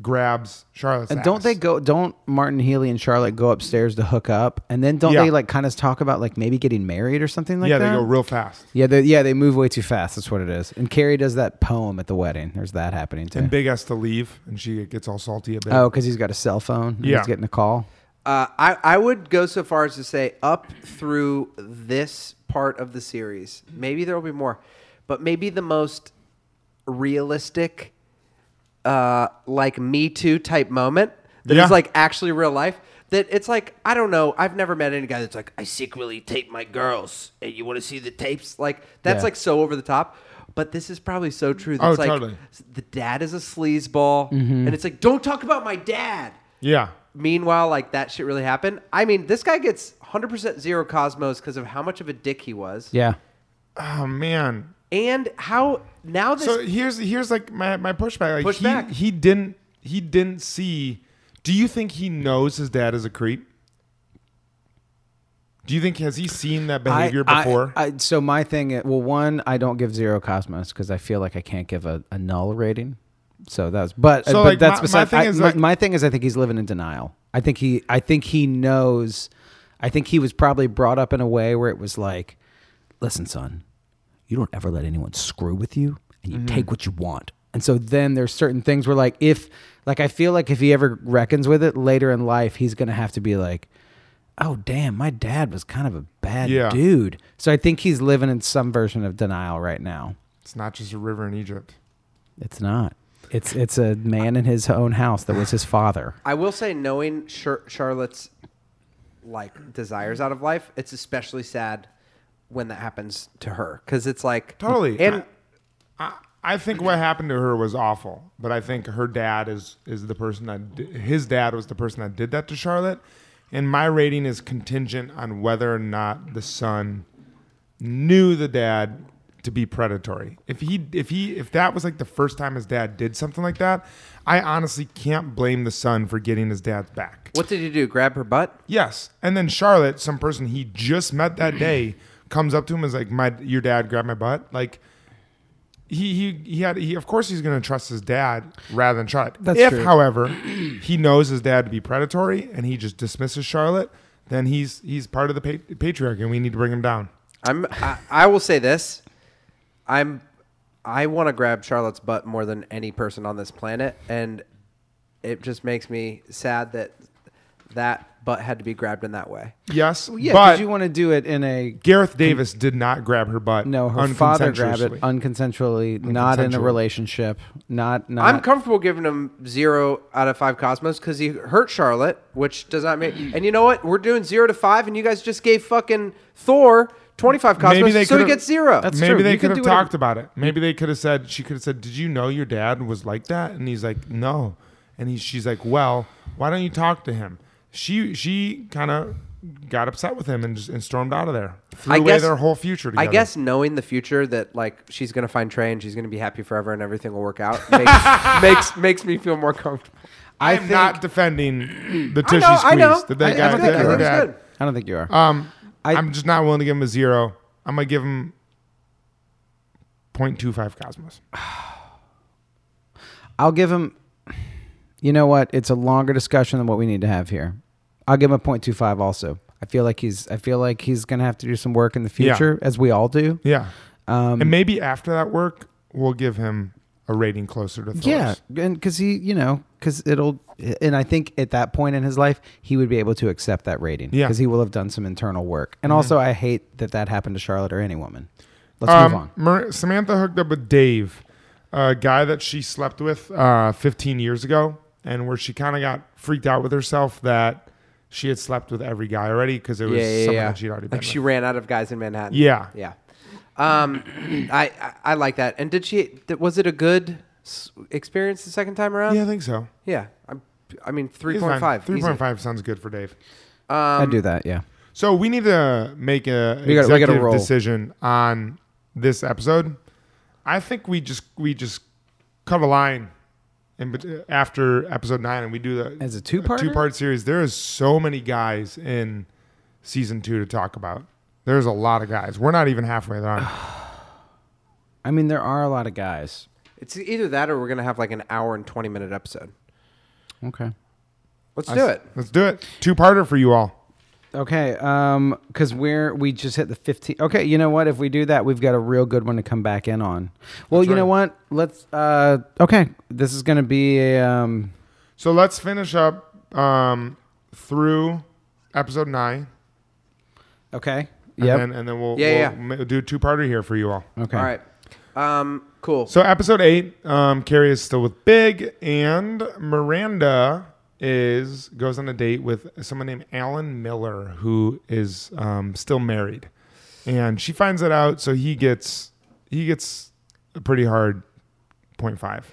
[SPEAKER 8] grabs Charlotte's.
[SPEAKER 7] And don't they
[SPEAKER 8] ass.
[SPEAKER 7] go? Don't Martin Healy and Charlotte go upstairs to hook up? And then don't
[SPEAKER 8] Yeah.
[SPEAKER 7] they like kind of talk about like maybe getting married or something like
[SPEAKER 8] yeah,
[SPEAKER 7] that?
[SPEAKER 8] they go real fast.
[SPEAKER 7] Yeah, they, yeah, they move way too fast. That's what it is. And Carrie does that poem at the wedding. There's that happening too.
[SPEAKER 8] And Big has to leave, and she gets all salty about.
[SPEAKER 7] oh, because he's got a cell phone. and
[SPEAKER 8] Yeah.
[SPEAKER 7] he's getting a call.
[SPEAKER 6] Uh, I I would go so far as to say up through this part of the series, maybe there will be more, but maybe the most realistic, uh, like Me Too type moment that is
[SPEAKER 8] Yeah.
[SPEAKER 6] like actually real life. That it's like I don't know. I've never met any guy that's like I secretly tape my girls, and you want to see the tapes? Like that's
[SPEAKER 7] Yeah.
[SPEAKER 6] like so over the top. But this is probably so true. That's
[SPEAKER 8] Oh,
[SPEAKER 6] like
[SPEAKER 8] totally.
[SPEAKER 6] the dad is a sleazeball, and it's like don't talk about my dad
[SPEAKER 8] Yeah,
[SPEAKER 6] meanwhile like that shit really happened i mean this guy gets 100% zero cosmos because of how much of a dick he was
[SPEAKER 7] Yeah.
[SPEAKER 8] oh man.
[SPEAKER 6] and how now this
[SPEAKER 8] So here's here's like my, my pushback. Like
[SPEAKER 6] Push
[SPEAKER 8] he,
[SPEAKER 6] back.
[SPEAKER 8] he didn't he didn't see. Do you think he knows his dad is a creep? Do you think has he seen that behavior
[SPEAKER 7] I- I-
[SPEAKER 8] before?
[SPEAKER 7] I, so my thing, i- well, one, I don't give zero cosmos because I feel like I can't give a, a null rating. So that's but,
[SPEAKER 8] So,
[SPEAKER 7] uh, but
[SPEAKER 8] like,
[SPEAKER 7] that's
[SPEAKER 8] my-
[SPEAKER 7] beside.
[SPEAKER 8] my thing
[SPEAKER 7] I-
[SPEAKER 8] is,
[SPEAKER 7] my,
[SPEAKER 8] like-
[SPEAKER 7] my thing is, I think he's living in denial. I think he, I think he knows. I think he was probably brought up in a way where it was like, "Listen, son, you don't ever let anyone screw with you, and you take what you want." And so then there's certain things where, like, if, like, I feel like if he ever reckons with it later in life, he's gonna have to be like, "Oh, damn, my dad was kind of a bad
[SPEAKER 8] Yeah.
[SPEAKER 7] dude." So I think he's living in some version of denial right now.
[SPEAKER 8] it's not just a river in Egypt.
[SPEAKER 7] It's not. It's it's a man in his own house that was his father.
[SPEAKER 6] i will say knowing Char- charlotte's like desires out of life it's especially sad when that happens to her because it's like
[SPEAKER 8] Totally.
[SPEAKER 6] and
[SPEAKER 8] I, I think what happened to her was awful, but I think her dad is is the person that di- his dad was the person that did that to Charlotte, and my rating is contingent on whether or not the son knew the dad to be predatory. If he if he if that was like the first time his dad did something like that, I honestly can't blame the son for getting his dad's back.
[SPEAKER 6] what did he do grab her butt
[SPEAKER 8] Yes, and then Charlotte, some person he just met that day, comes up to him and is like, "My, your dad grabbed my butt." Like, he he he had. He, of course, he's going to trust his dad rather than Charlotte.
[SPEAKER 7] That's
[SPEAKER 8] if,
[SPEAKER 7] true.
[SPEAKER 8] however, he knows his dad to be predatory and he just dismisses Charlotte, then he's he's part of the pa- patriarchy, and we need to bring him down.
[SPEAKER 6] i'm I, I will say this i'm i want to grab charlotte's butt more than any person on this planet and it just makes me sad that that butt had to be grabbed in that way
[SPEAKER 8] Yes,
[SPEAKER 7] Yeah,
[SPEAKER 8] but
[SPEAKER 7] because you want to do it in a
[SPEAKER 8] Gareth Davis did not grab her butt.
[SPEAKER 7] no, her father grabbed it
[SPEAKER 8] unconsensually.
[SPEAKER 7] unconsensually, not in a
[SPEAKER 8] Unconsensual.
[SPEAKER 7] relationship, not not.
[SPEAKER 6] i'm comfortable giving him zero out of five cosmos because he hurt charlotte which does not make and you know what we're doing zero to five and you guys just gave fucking thor 25
[SPEAKER 8] Maybe
[SPEAKER 6] cosmos
[SPEAKER 8] they
[SPEAKER 6] so he
[SPEAKER 8] could've-
[SPEAKER 6] gets zero
[SPEAKER 7] That's
[SPEAKER 8] Maybe
[SPEAKER 7] true.
[SPEAKER 8] they
[SPEAKER 7] You
[SPEAKER 8] could
[SPEAKER 7] could
[SPEAKER 8] have
[SPEAKER 7] do it-
[SPEAKER 8] talked about it. Maybe they could have said she could have said, "Did you know your dad was like that?" And he's like, "No." And he, she's like, "Well, why don't you talk to him?" She she kind of got upset with him and just and stormed out of there. Threw
[SPEAKER 6] I
[SPEAKER 8] away
[SPEAKER 6] guess-
[SPEAKER 8] their whole future
[SPEAKER 6] I
[SPEAKER 8] together.
[SPEAKER 6] guess knowing the future that like she's gonna find Trey and she's gonna be happy forever and everything will work out makes makes, makes me feel more comfortable.
[SPEAKER 8] I am
[SPEAKER 7] think-
[SPEAKER 8] not defending the
[SPEAKER 6] I
[SPEAKER 8] tissue
[SPEAKER 6] know,
[SPEAKER 8] squeeze
[SPEAKER 6] I know.
[SPEAKER 8] that
[SPEAKER 6] I,
[SPEAKER 8] they
[SPEAKER 6] I
[SPEAKER 8] got
[SPEAKER 6] think, I
[SPEAKER 8] their
[SPEAKER 6] think it's
[SPEAKER 8] dad.
[SPEAKER 6] good.
[SPEAKER 7] I don't think you are.
[SPEAKER 8] Um,
[SPEAKER 7] I-
[SPEAKER 8] I, am just not willing to give him a zero. I'm gonna give him 0.25 cosmos.
[SPEAKER 7] I'll give him. You know what? It's a longer discussion than what we need to have here. I'll give him a point two five. Also, I feel like he's. I feel like he's gonna have to do some work in the
[SPEAKER 8] Yeah.
[SPEAKER 7] future, as we all do.
[SPEAKER 8] Yeah,
[SPEAKER 7] Um,
[SPEAKER 8] and maybe after that work, we'll give him a rating closer to Thor's.
[SPEAKER 7] Yeah, and because he, you know, because it'll, and I think at that point in his life, he would be able to accept that rating.
[SPEAKER 8] Yeah. Mm-hmm.
[SPEAKER 7] because he will have done some internal work. And also, I hate that that happened to Charlotte or any woman. Let's
[SPEAKER 8] Um,
[SPEAKER 7] move on.
[SPEAKER 8] Mar- Samantha hooked up with Dave, a guy that she slept with uh, 15 years ago, and where she kind of got freaked out with herself that she had slept with every guy already because it was
[SPEAKER 6] yeah, yeah,
[SPEAKER 8] someone
[SPEAKER 6] yeah.
[SPEAKER 8] that she'd already been
[SPEAKER 6] like she
[SPEAKER 8] with.
[SPEAKER 6] ran out of guys in Manhattan.
[SPEAKER 8] Yeah.
[SPEAKER 6] yeah. Um, I, I I like that. And did she? Th- was it a good s- experience the second time around?
[SPEAKER 8] yeah, I think so.
[SPEAKER 6] Yeah. I, I mean, three
[SPEAKER 8] He's
[SPEAKER 6] point
[SPEAKER 8] fine.
[SPEAKER 6] five.
[SPEAKER 8] 3.5 sounds good for Dave.
[SPEAKER 7] I
[SPEAKER 8] um,
[SPEAKER 7] do that. Yeah.
[SPEAKER 8] So we need to make a
[SPEAKER 7] We gotta- we gotta
[SPEAKER 8] executive
[SPEAKER 7] roll.
[SPEAKER 8] decision on this episode. I think we just we just cut a line in, bet- after episode nine, and we do the
[SPEAKER 7] As a two-parter?
[SPEAKER 8] two part series. There is so many guys in season two to talk about. There's a lot of guys. We're not even halfway there.
[SPEAKER 7] I mean, there are a lot of guys.
[SPEAKER 6] It's either that or we're gonna have like an hour and twenty minute episode.
[SPEAKER 7] Okay.
[SPEAKER 6] Let's do it.
[SPEAKER 8] Let's do it. Two parter for you all.
[SPEAKER 7] Okay, um, because we're we just hit the fifteen. Okay, you know what? If we do that, we've got a real good one to come back in on. Well, you know what? Let's. Uh, okay, this is gonna be a. Um,
[SPEAKER 8] So let's finish up um, through episode nine,
[SPEAKER 7] okay.
[SPEAKER 8] and
[SPEAKER 7] Yep.
[SPEAKER 8] then and then we'll,
[SPEAKER 6] Yeah,
[SPEAKER 8] we'll ma- do two parter here for you all.
[SPEAKER 7] okay.
[SPEAKER 6] All right. Um. Cool.
[SPEAKER 8] So episode eight, um, Carrie is still with Big, and Miranda is goes on a date with someone named Alan Miller, who is um, still married, and she finds it out. So he gets he gets a pretty hard point five.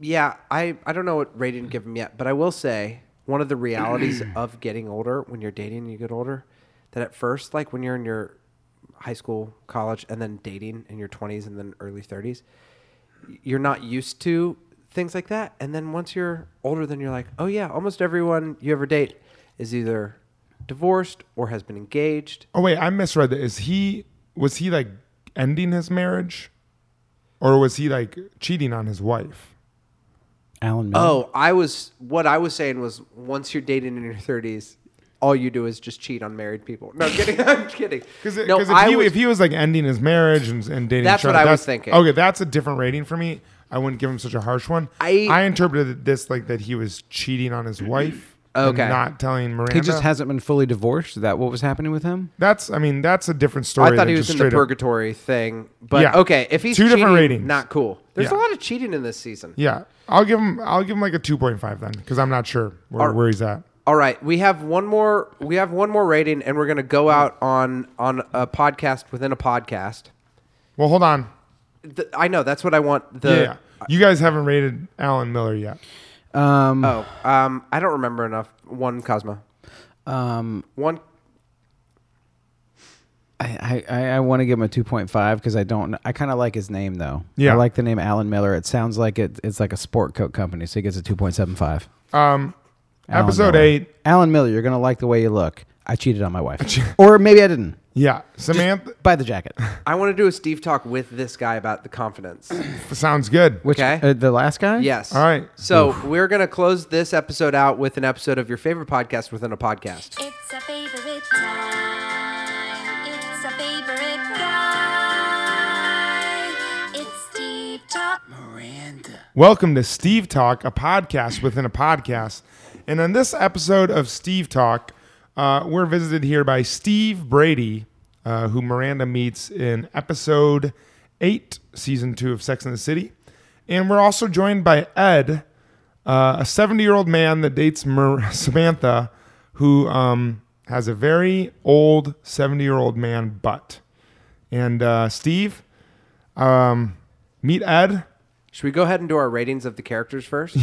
[SPEAKER 6] yeah, I I don't know what Ray didn't give him yet, but I will say one of the realities of getting older when you're dating and you get older, that at first, like when you're in your high school, college, and then dating in your 20s and then early 30s, you're not used to things like that. And then once you're older, then you're like, oh yeah, almost everyone you ever date is either divorced or has been engaged.
[SPEAKER 8] Oh wait, I misread that. Is he was he like ending his marriage, or was he like cheating on his wife?
[SPEAKER 7] Alan.
[SPEAKER 8] Mm-hmm.
[SPEAKER 7] Miller.
[SPEAKER 6] Oh, I was what I was saying was once you're dating in your thirties, all you do is just cheat on married people. No, I'm kidding. I'm kidding.
[SPEAKER 8] Because
[SPEAKER 6] no,
[SPEAKER 8] if,
[SPEAKER 6] I
[SPEAKER 8] he-
[SPEAKER 6] was-
[SPEAKER 8] if he was like ending his marriage and, and dating,
[SPEAKER 6] That's what
[SPEAKER 8] Charlotte,
[SPEAKER 6] I was thinking.
[SPEAKER 8] Okay, that's a different rating for me. I wouldn't give him such a harsh one.
[SPEAKER 6] I-
[SPEAKER 8] interpreted this like that he was cheating on his wife. and
[SPEAKER 6] Okay.
[SPEAKER 8] not telling Miranda.
[SPEAKER 7] he just hasn't been fully divorced. Is that what was happening with him?
[SPEAKER 8] That's I mean that's a different story.
[SPEAKER 6] I thought
[SPEAKER 8] than
[SPEAKER 6] he was
[SPEAKER 8] just
[SPEAKER 6] in the
[SPEAKER 8] straight up-
[SPEAKER 6] purgatory thing, but
[SPEAKER 8] Yeah.
[SPEAKER 6] okay. If he's
[SPEAKER 8] Two different
[SPEAKER 6] cheating,
[SPEAKER 8] ratings.
[SPEAKER 6] not cool. There's
[SPEAKER 8] Yeah.
[SPEAKER 6] a lot of cheating in this season.
[SPEAKER 8] Yeah, I'll give him. I'll give him like a two point five then because I'm not sure where,
[SPEAKER 6] Are-
[SPEAKER 8] where he's at.
[SPEAKER 6] All right, we have one more. We have one more rating, and we're gonna go
[SPEAKER 8] Mm-hmm.
[SPEAKER 6] out on on a podcast within a podcast.
[SPEAKER 8] Well, hold on.
[SPEAKER 6] Th- I know that's what I want. The
[SPEAKER 8] Yeah, yeah, you guys haven't rated Alan Miller yet.
[SPEAKER 7] Um,
[SPEAKER 6] oh, um, I don't remember enough. One Cosmo,
[SPEAKER 7] um,
[SPEAKER 6] one
[SPEAKER 7] I, I, I- I want to give him a two point five because I don't. I kind of like his name though.
[SPEAKER 8] Yeah.
[SPEAKER 7] I like the name Alan Miller. It sounds like it, it's like a sport coat company, so he gets a two point seven five.
[SPEAKER 8] Um,
[SPEAKER 7] Alan
[SPEAKER 8] episode
[SPEAKER 7] Miller.
[SPEAKER 8] eight.
[SPEAKER 7] Alan Miller, you're gonna like the way you look. I cheated on my wife, or maybe I didn't.
[SPEAKER 8] Yeah, Samantha
[SPEAKER 7] Buy the jacket.
[SPEAKER 6] I want to do a Steve talk with this guy about the confidence.
[SPEAKER 8] sounds good.
[SPEAKER 7] Which
[SPEAKER 6] Okay.
[SPEAKER 7] uh, the last guy?
[SPEAKER 6] Yes.
[SPEAKER 8] All right.
[SPEAKER 6] So we're gonna close this episode out with an episode of your favorite podcast within a podcast.
[SPEAKER 2] It's a favorite time. It's a favorite guy. It's Steve Top.
[SPEAKER 8] Welcome to Steve Talk, a podcast within a podcast. And on this episode of Steve Talk, uh, we're visited here by Steve Brady, uh, who Miranda meets in episode eight, season two of Sex and the City. And we're also joined by Ed, uh, a 70 year old man that dates Mer- Samantha, who um, has a very old 70 year old man butt. And uh, Steve, um, meet Ed.
[SPEAKER 6] Should we go ahead and do our ratings of the characters first?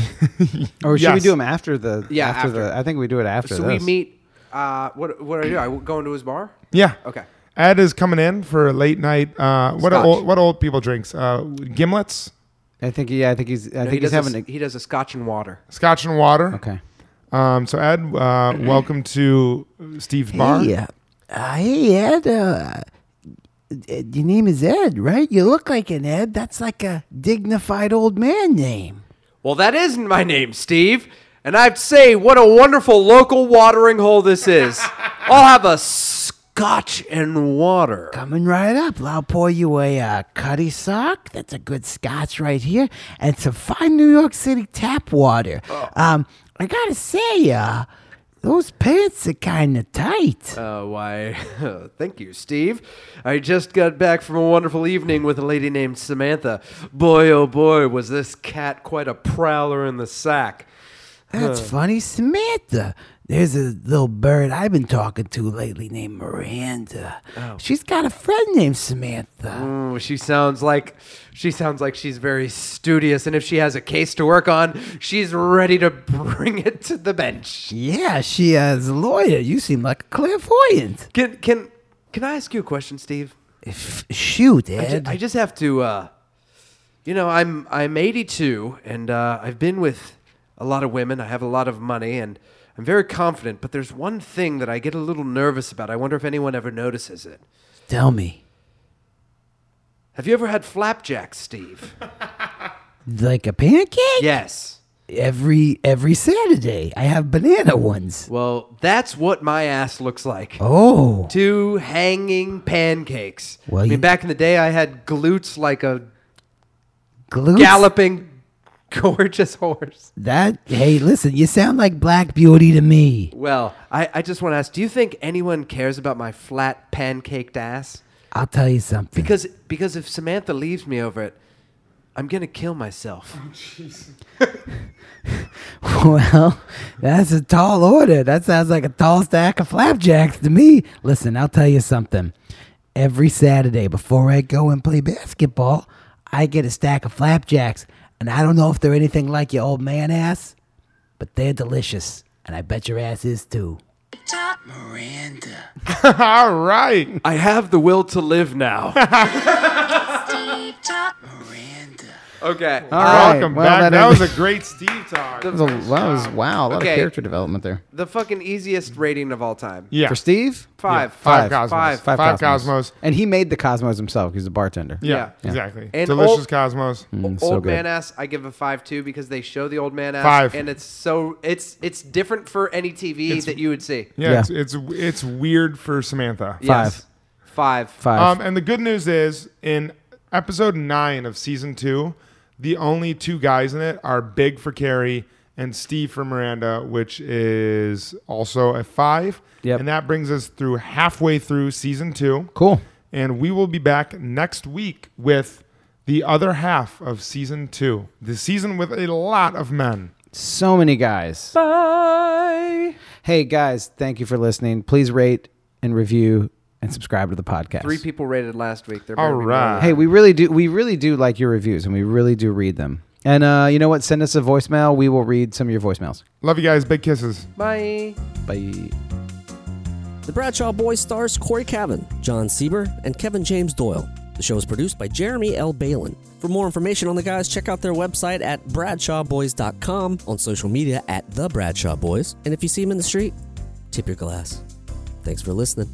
[SPEAKER 7] Or should we
[SPEAKER 8] Yes.
[SPEAKER 7] do him after the?
[SPEAKER 6] Yeah,
[SPEAKER 7] After,
[SPEAKER 6] after.
[SPEAKER 7] the. I think we do it after.
[SPEAKER 6] so we
[SPEAKER 7] this.
[SPEAKER 6] meet. Uh, what what do I do? I go into his bar.
[SPEAKER 8] Yeah.
[SPEAKER 6] Okay.
[SPEAKER 8] Ed is coming in for a late night. Uh, what
[SPEAKER 6] Scotch.
[SPEAKER 8] old, what old people drinks? Uh, gimlets,
[SPEAKER 7] I think. Yeah, I think he's. I
[SPEAKER 6] No, he
[SPEAKER 7] think he's
[SPEAKER 6] does
[SPEAKER 7] having.
[SPEAKER 6] a,
[SPEAKER 7] A,
[SPEAKER 6] he does a scotch and water.
[SPEAKER 8] scotch and water.
[SPEAKER 7] okay.
[SPEAKER 8] Um, so Ed, uh, welcome to Steve's bar.
[SPEAKER 9] Hey, uh, uh, hey Ed. Uh, Ed, your name is Ed, right? You look like an Ed. That's like a dignified old man name.
[SPEAKER 6] Well, that isn't my name, Steve. And I have to say, what a wonderful local watering hole this is. I'll have a scotch and water.
[SPEAKER 9] Coming right up. I'll pour you a uh, cutty sock. That's a good scotch right here.
[SPEAKER 6] Oh.
[SPEAKER 9] And some fine New York City tap water. Um, I gotta say, uh, Those pants are kind of tight.
[SPEAKER 6] Uh, why, thank you, Steve. I just got back from a wonderful evening with a lady named Samantha. Boy, oh boy, was this cat quite a prowler in the sack.
[SPEAKER 9] That's funny, Samantha. There's a little bird I've been talking to lately named Miranda.
[SPEAKER 8] Oh.
[SPEAKER 9] She's got a friend named Samantha.
[SPEAKER 6] Ooh, she sounds like she sounds like she's very studious, and if she has a case to work on, she's ready to bring it to the bench.
[SPEAKER 9] Yeah, she uh, is a lawyer. You seem like a clairvoyant.
[SPEAKER 6] Can can can I ask you a question, Steve?
[SPEAKER 9] F- shoot,
[SPEAKER 6] I, ju-
[SPEAKER 9] Ed.
[SPEAKER 6] I just have to, uh, you know, I'm I'm 82, and uh, I've been with a lot of women. I have a lot of money, and I'm very confident. But there's one thing that I get a little nervous about. I wonder if anyone ever notices it.
[SPEAKER 9] Tell me,
[SPEAKER 6] Have you ever had flapjacks, Steve?
[SPEAKER 9] like a pancake?
[SPEAKER 6] yes.
[SPEAKER 9] Every every Saturday, I have banana ones.
[SPEAKER 6] Well, that's what my ass looks like.
[SPEAKER 9] Oh,
[SPEAKER 6] Two hanging pancakes.
[SPEAKER 9] Well,
[SPEAKER 6] I mean,
[SPEAKER 9] you-
[SPEAKER 6] back in the day, I had glutes like a
[SPEAKER 9] glutes.
[SPEAKER 6] galloping, gorgeous horse.
[SPEAKER 9] That hey, listen, you sound like Black Beauty to me.
[SPEAKER 6] Well, I, I just want to ask do you think anyone cares about my flat pancaked ass?
[SPEAKER 9] I'll tell you something.
[SPEAKER 6] Because because if Samantha leaves me over it, I'm going to kill myself.
[SPEAKER 9] Well, that's a tall order. That sounds like a tall stack of flapjacks to me. Listen, I'll tell you something. Every Saturday before I go and play basketball, I get a stack of flapjacks, and I don't know if they're anything like your old man ass, but they're delicious, and I bet your ass is too.
[SPEAKER 2] Top
[SPEAKER 9] Miranda.
[SPEAKER 8] All right.
[SPEAKER 6] I have the will to live now.
[SPEAKER 2] Steve Top
[SPEAKER 9] Miranda.
[SPEAKER 6] okay. Uh,
[SPEAKER 7] All right.
[SPEAKER 8] Welcome
[SPEAKER 7] well,
[SPEAKER 8] back. That,
[SPEAKER 7] that
[SPEAKER 8] was
[SPEAKER 7] is-
[SPEAKER 8] a great Steve talk.
[SPEAKER 7] That was, a, that was wow, a lot
[SPEAKER 6] Okay.
[SPEAKER 7] of character development there.
[SPEAKER 6] The fucking easiest rating of all time.
[SPEAKER 8] yeah.
[SPEAKER 7] For Steve,
[SPEAKER 6] Five.
[SPEAKER 8] Five
[SPEAKER 7] Five.
[SPEAKER 8] Cosmos.
[SPEAKER 6] Five.
[SPEAKER 8] Five Cosmos.
[SPEAKER 7] and he made the Cosmos himself. He's a bartender.
[SPEAKER 8] Yeah,
[SPEAKER 6] Yeah.
[SPEAKER 8] exactly.
[SPEAKER 6] And
[SPEAKER 8] Delicious
[SPEAKER 6] old-
[SPEAKER 8] Cosmos.
[SPEAKER 7] Mm, so
[SPEAKER 6] old
[SPEAKER 7] good.
[SPEAKER 6] man ass, I give a five too because they show the old man ass,
[SPEAKER 8] Five.
[SPEAKER 6] and it's so it's it's different for any TV that you would see.
[SPEAKER 8] Yeah,
[SPEAKER 7] Yeah.
[SPEAKER 8] It's, it's it's weird for Samantha.
[SPEAKER 6] Yes. Five.
[SPEAKER 7] Five.
[SPEAKER 8] Um, and the good news is in episode nine of season two, the only two guys in it are Big for Carrie and Steve for Miranda, which is also a five.
[SPEAKER 7] Yep.
[SPEAKER 8] And that brings us through halfway through season two.
[SPEAKER 7] cool.
[SPEAKER 8] And we will be back next week with the other half of season two. The season with a lot of men.
[SPEAKER 7] So many guys.
[SPEAKER 6] Bye.
[SPEAKER 7] Hey guys, thank you for listening. Please rate and review and subscribe to the podcast.
[SPEAKER 6] Three people rated last week. They're
[SPEAKER 8] All right.
[SPEAKER 7] Hey, we really do. We really do like your reviews, and we really do read them. And uh, you know what? Send us a voicemail. We will read some of your voicemails.
[SPEAKER 8] Love you guys. Big kisses.
[SPEAKER 6] Bye.
[SPEAKER 7] Bye.
[SPEAKER 10] The Bradshaw Boys stars Corey Cavan, John Sieber, and Kevin James Doyle. The show is produced by Jeremy L. Balin. For more information on the guys, check out their website at bradshawboys.com, on social media at The Bradshaw Boys, and if you see them in the street, tip your glass. Thanks for listening.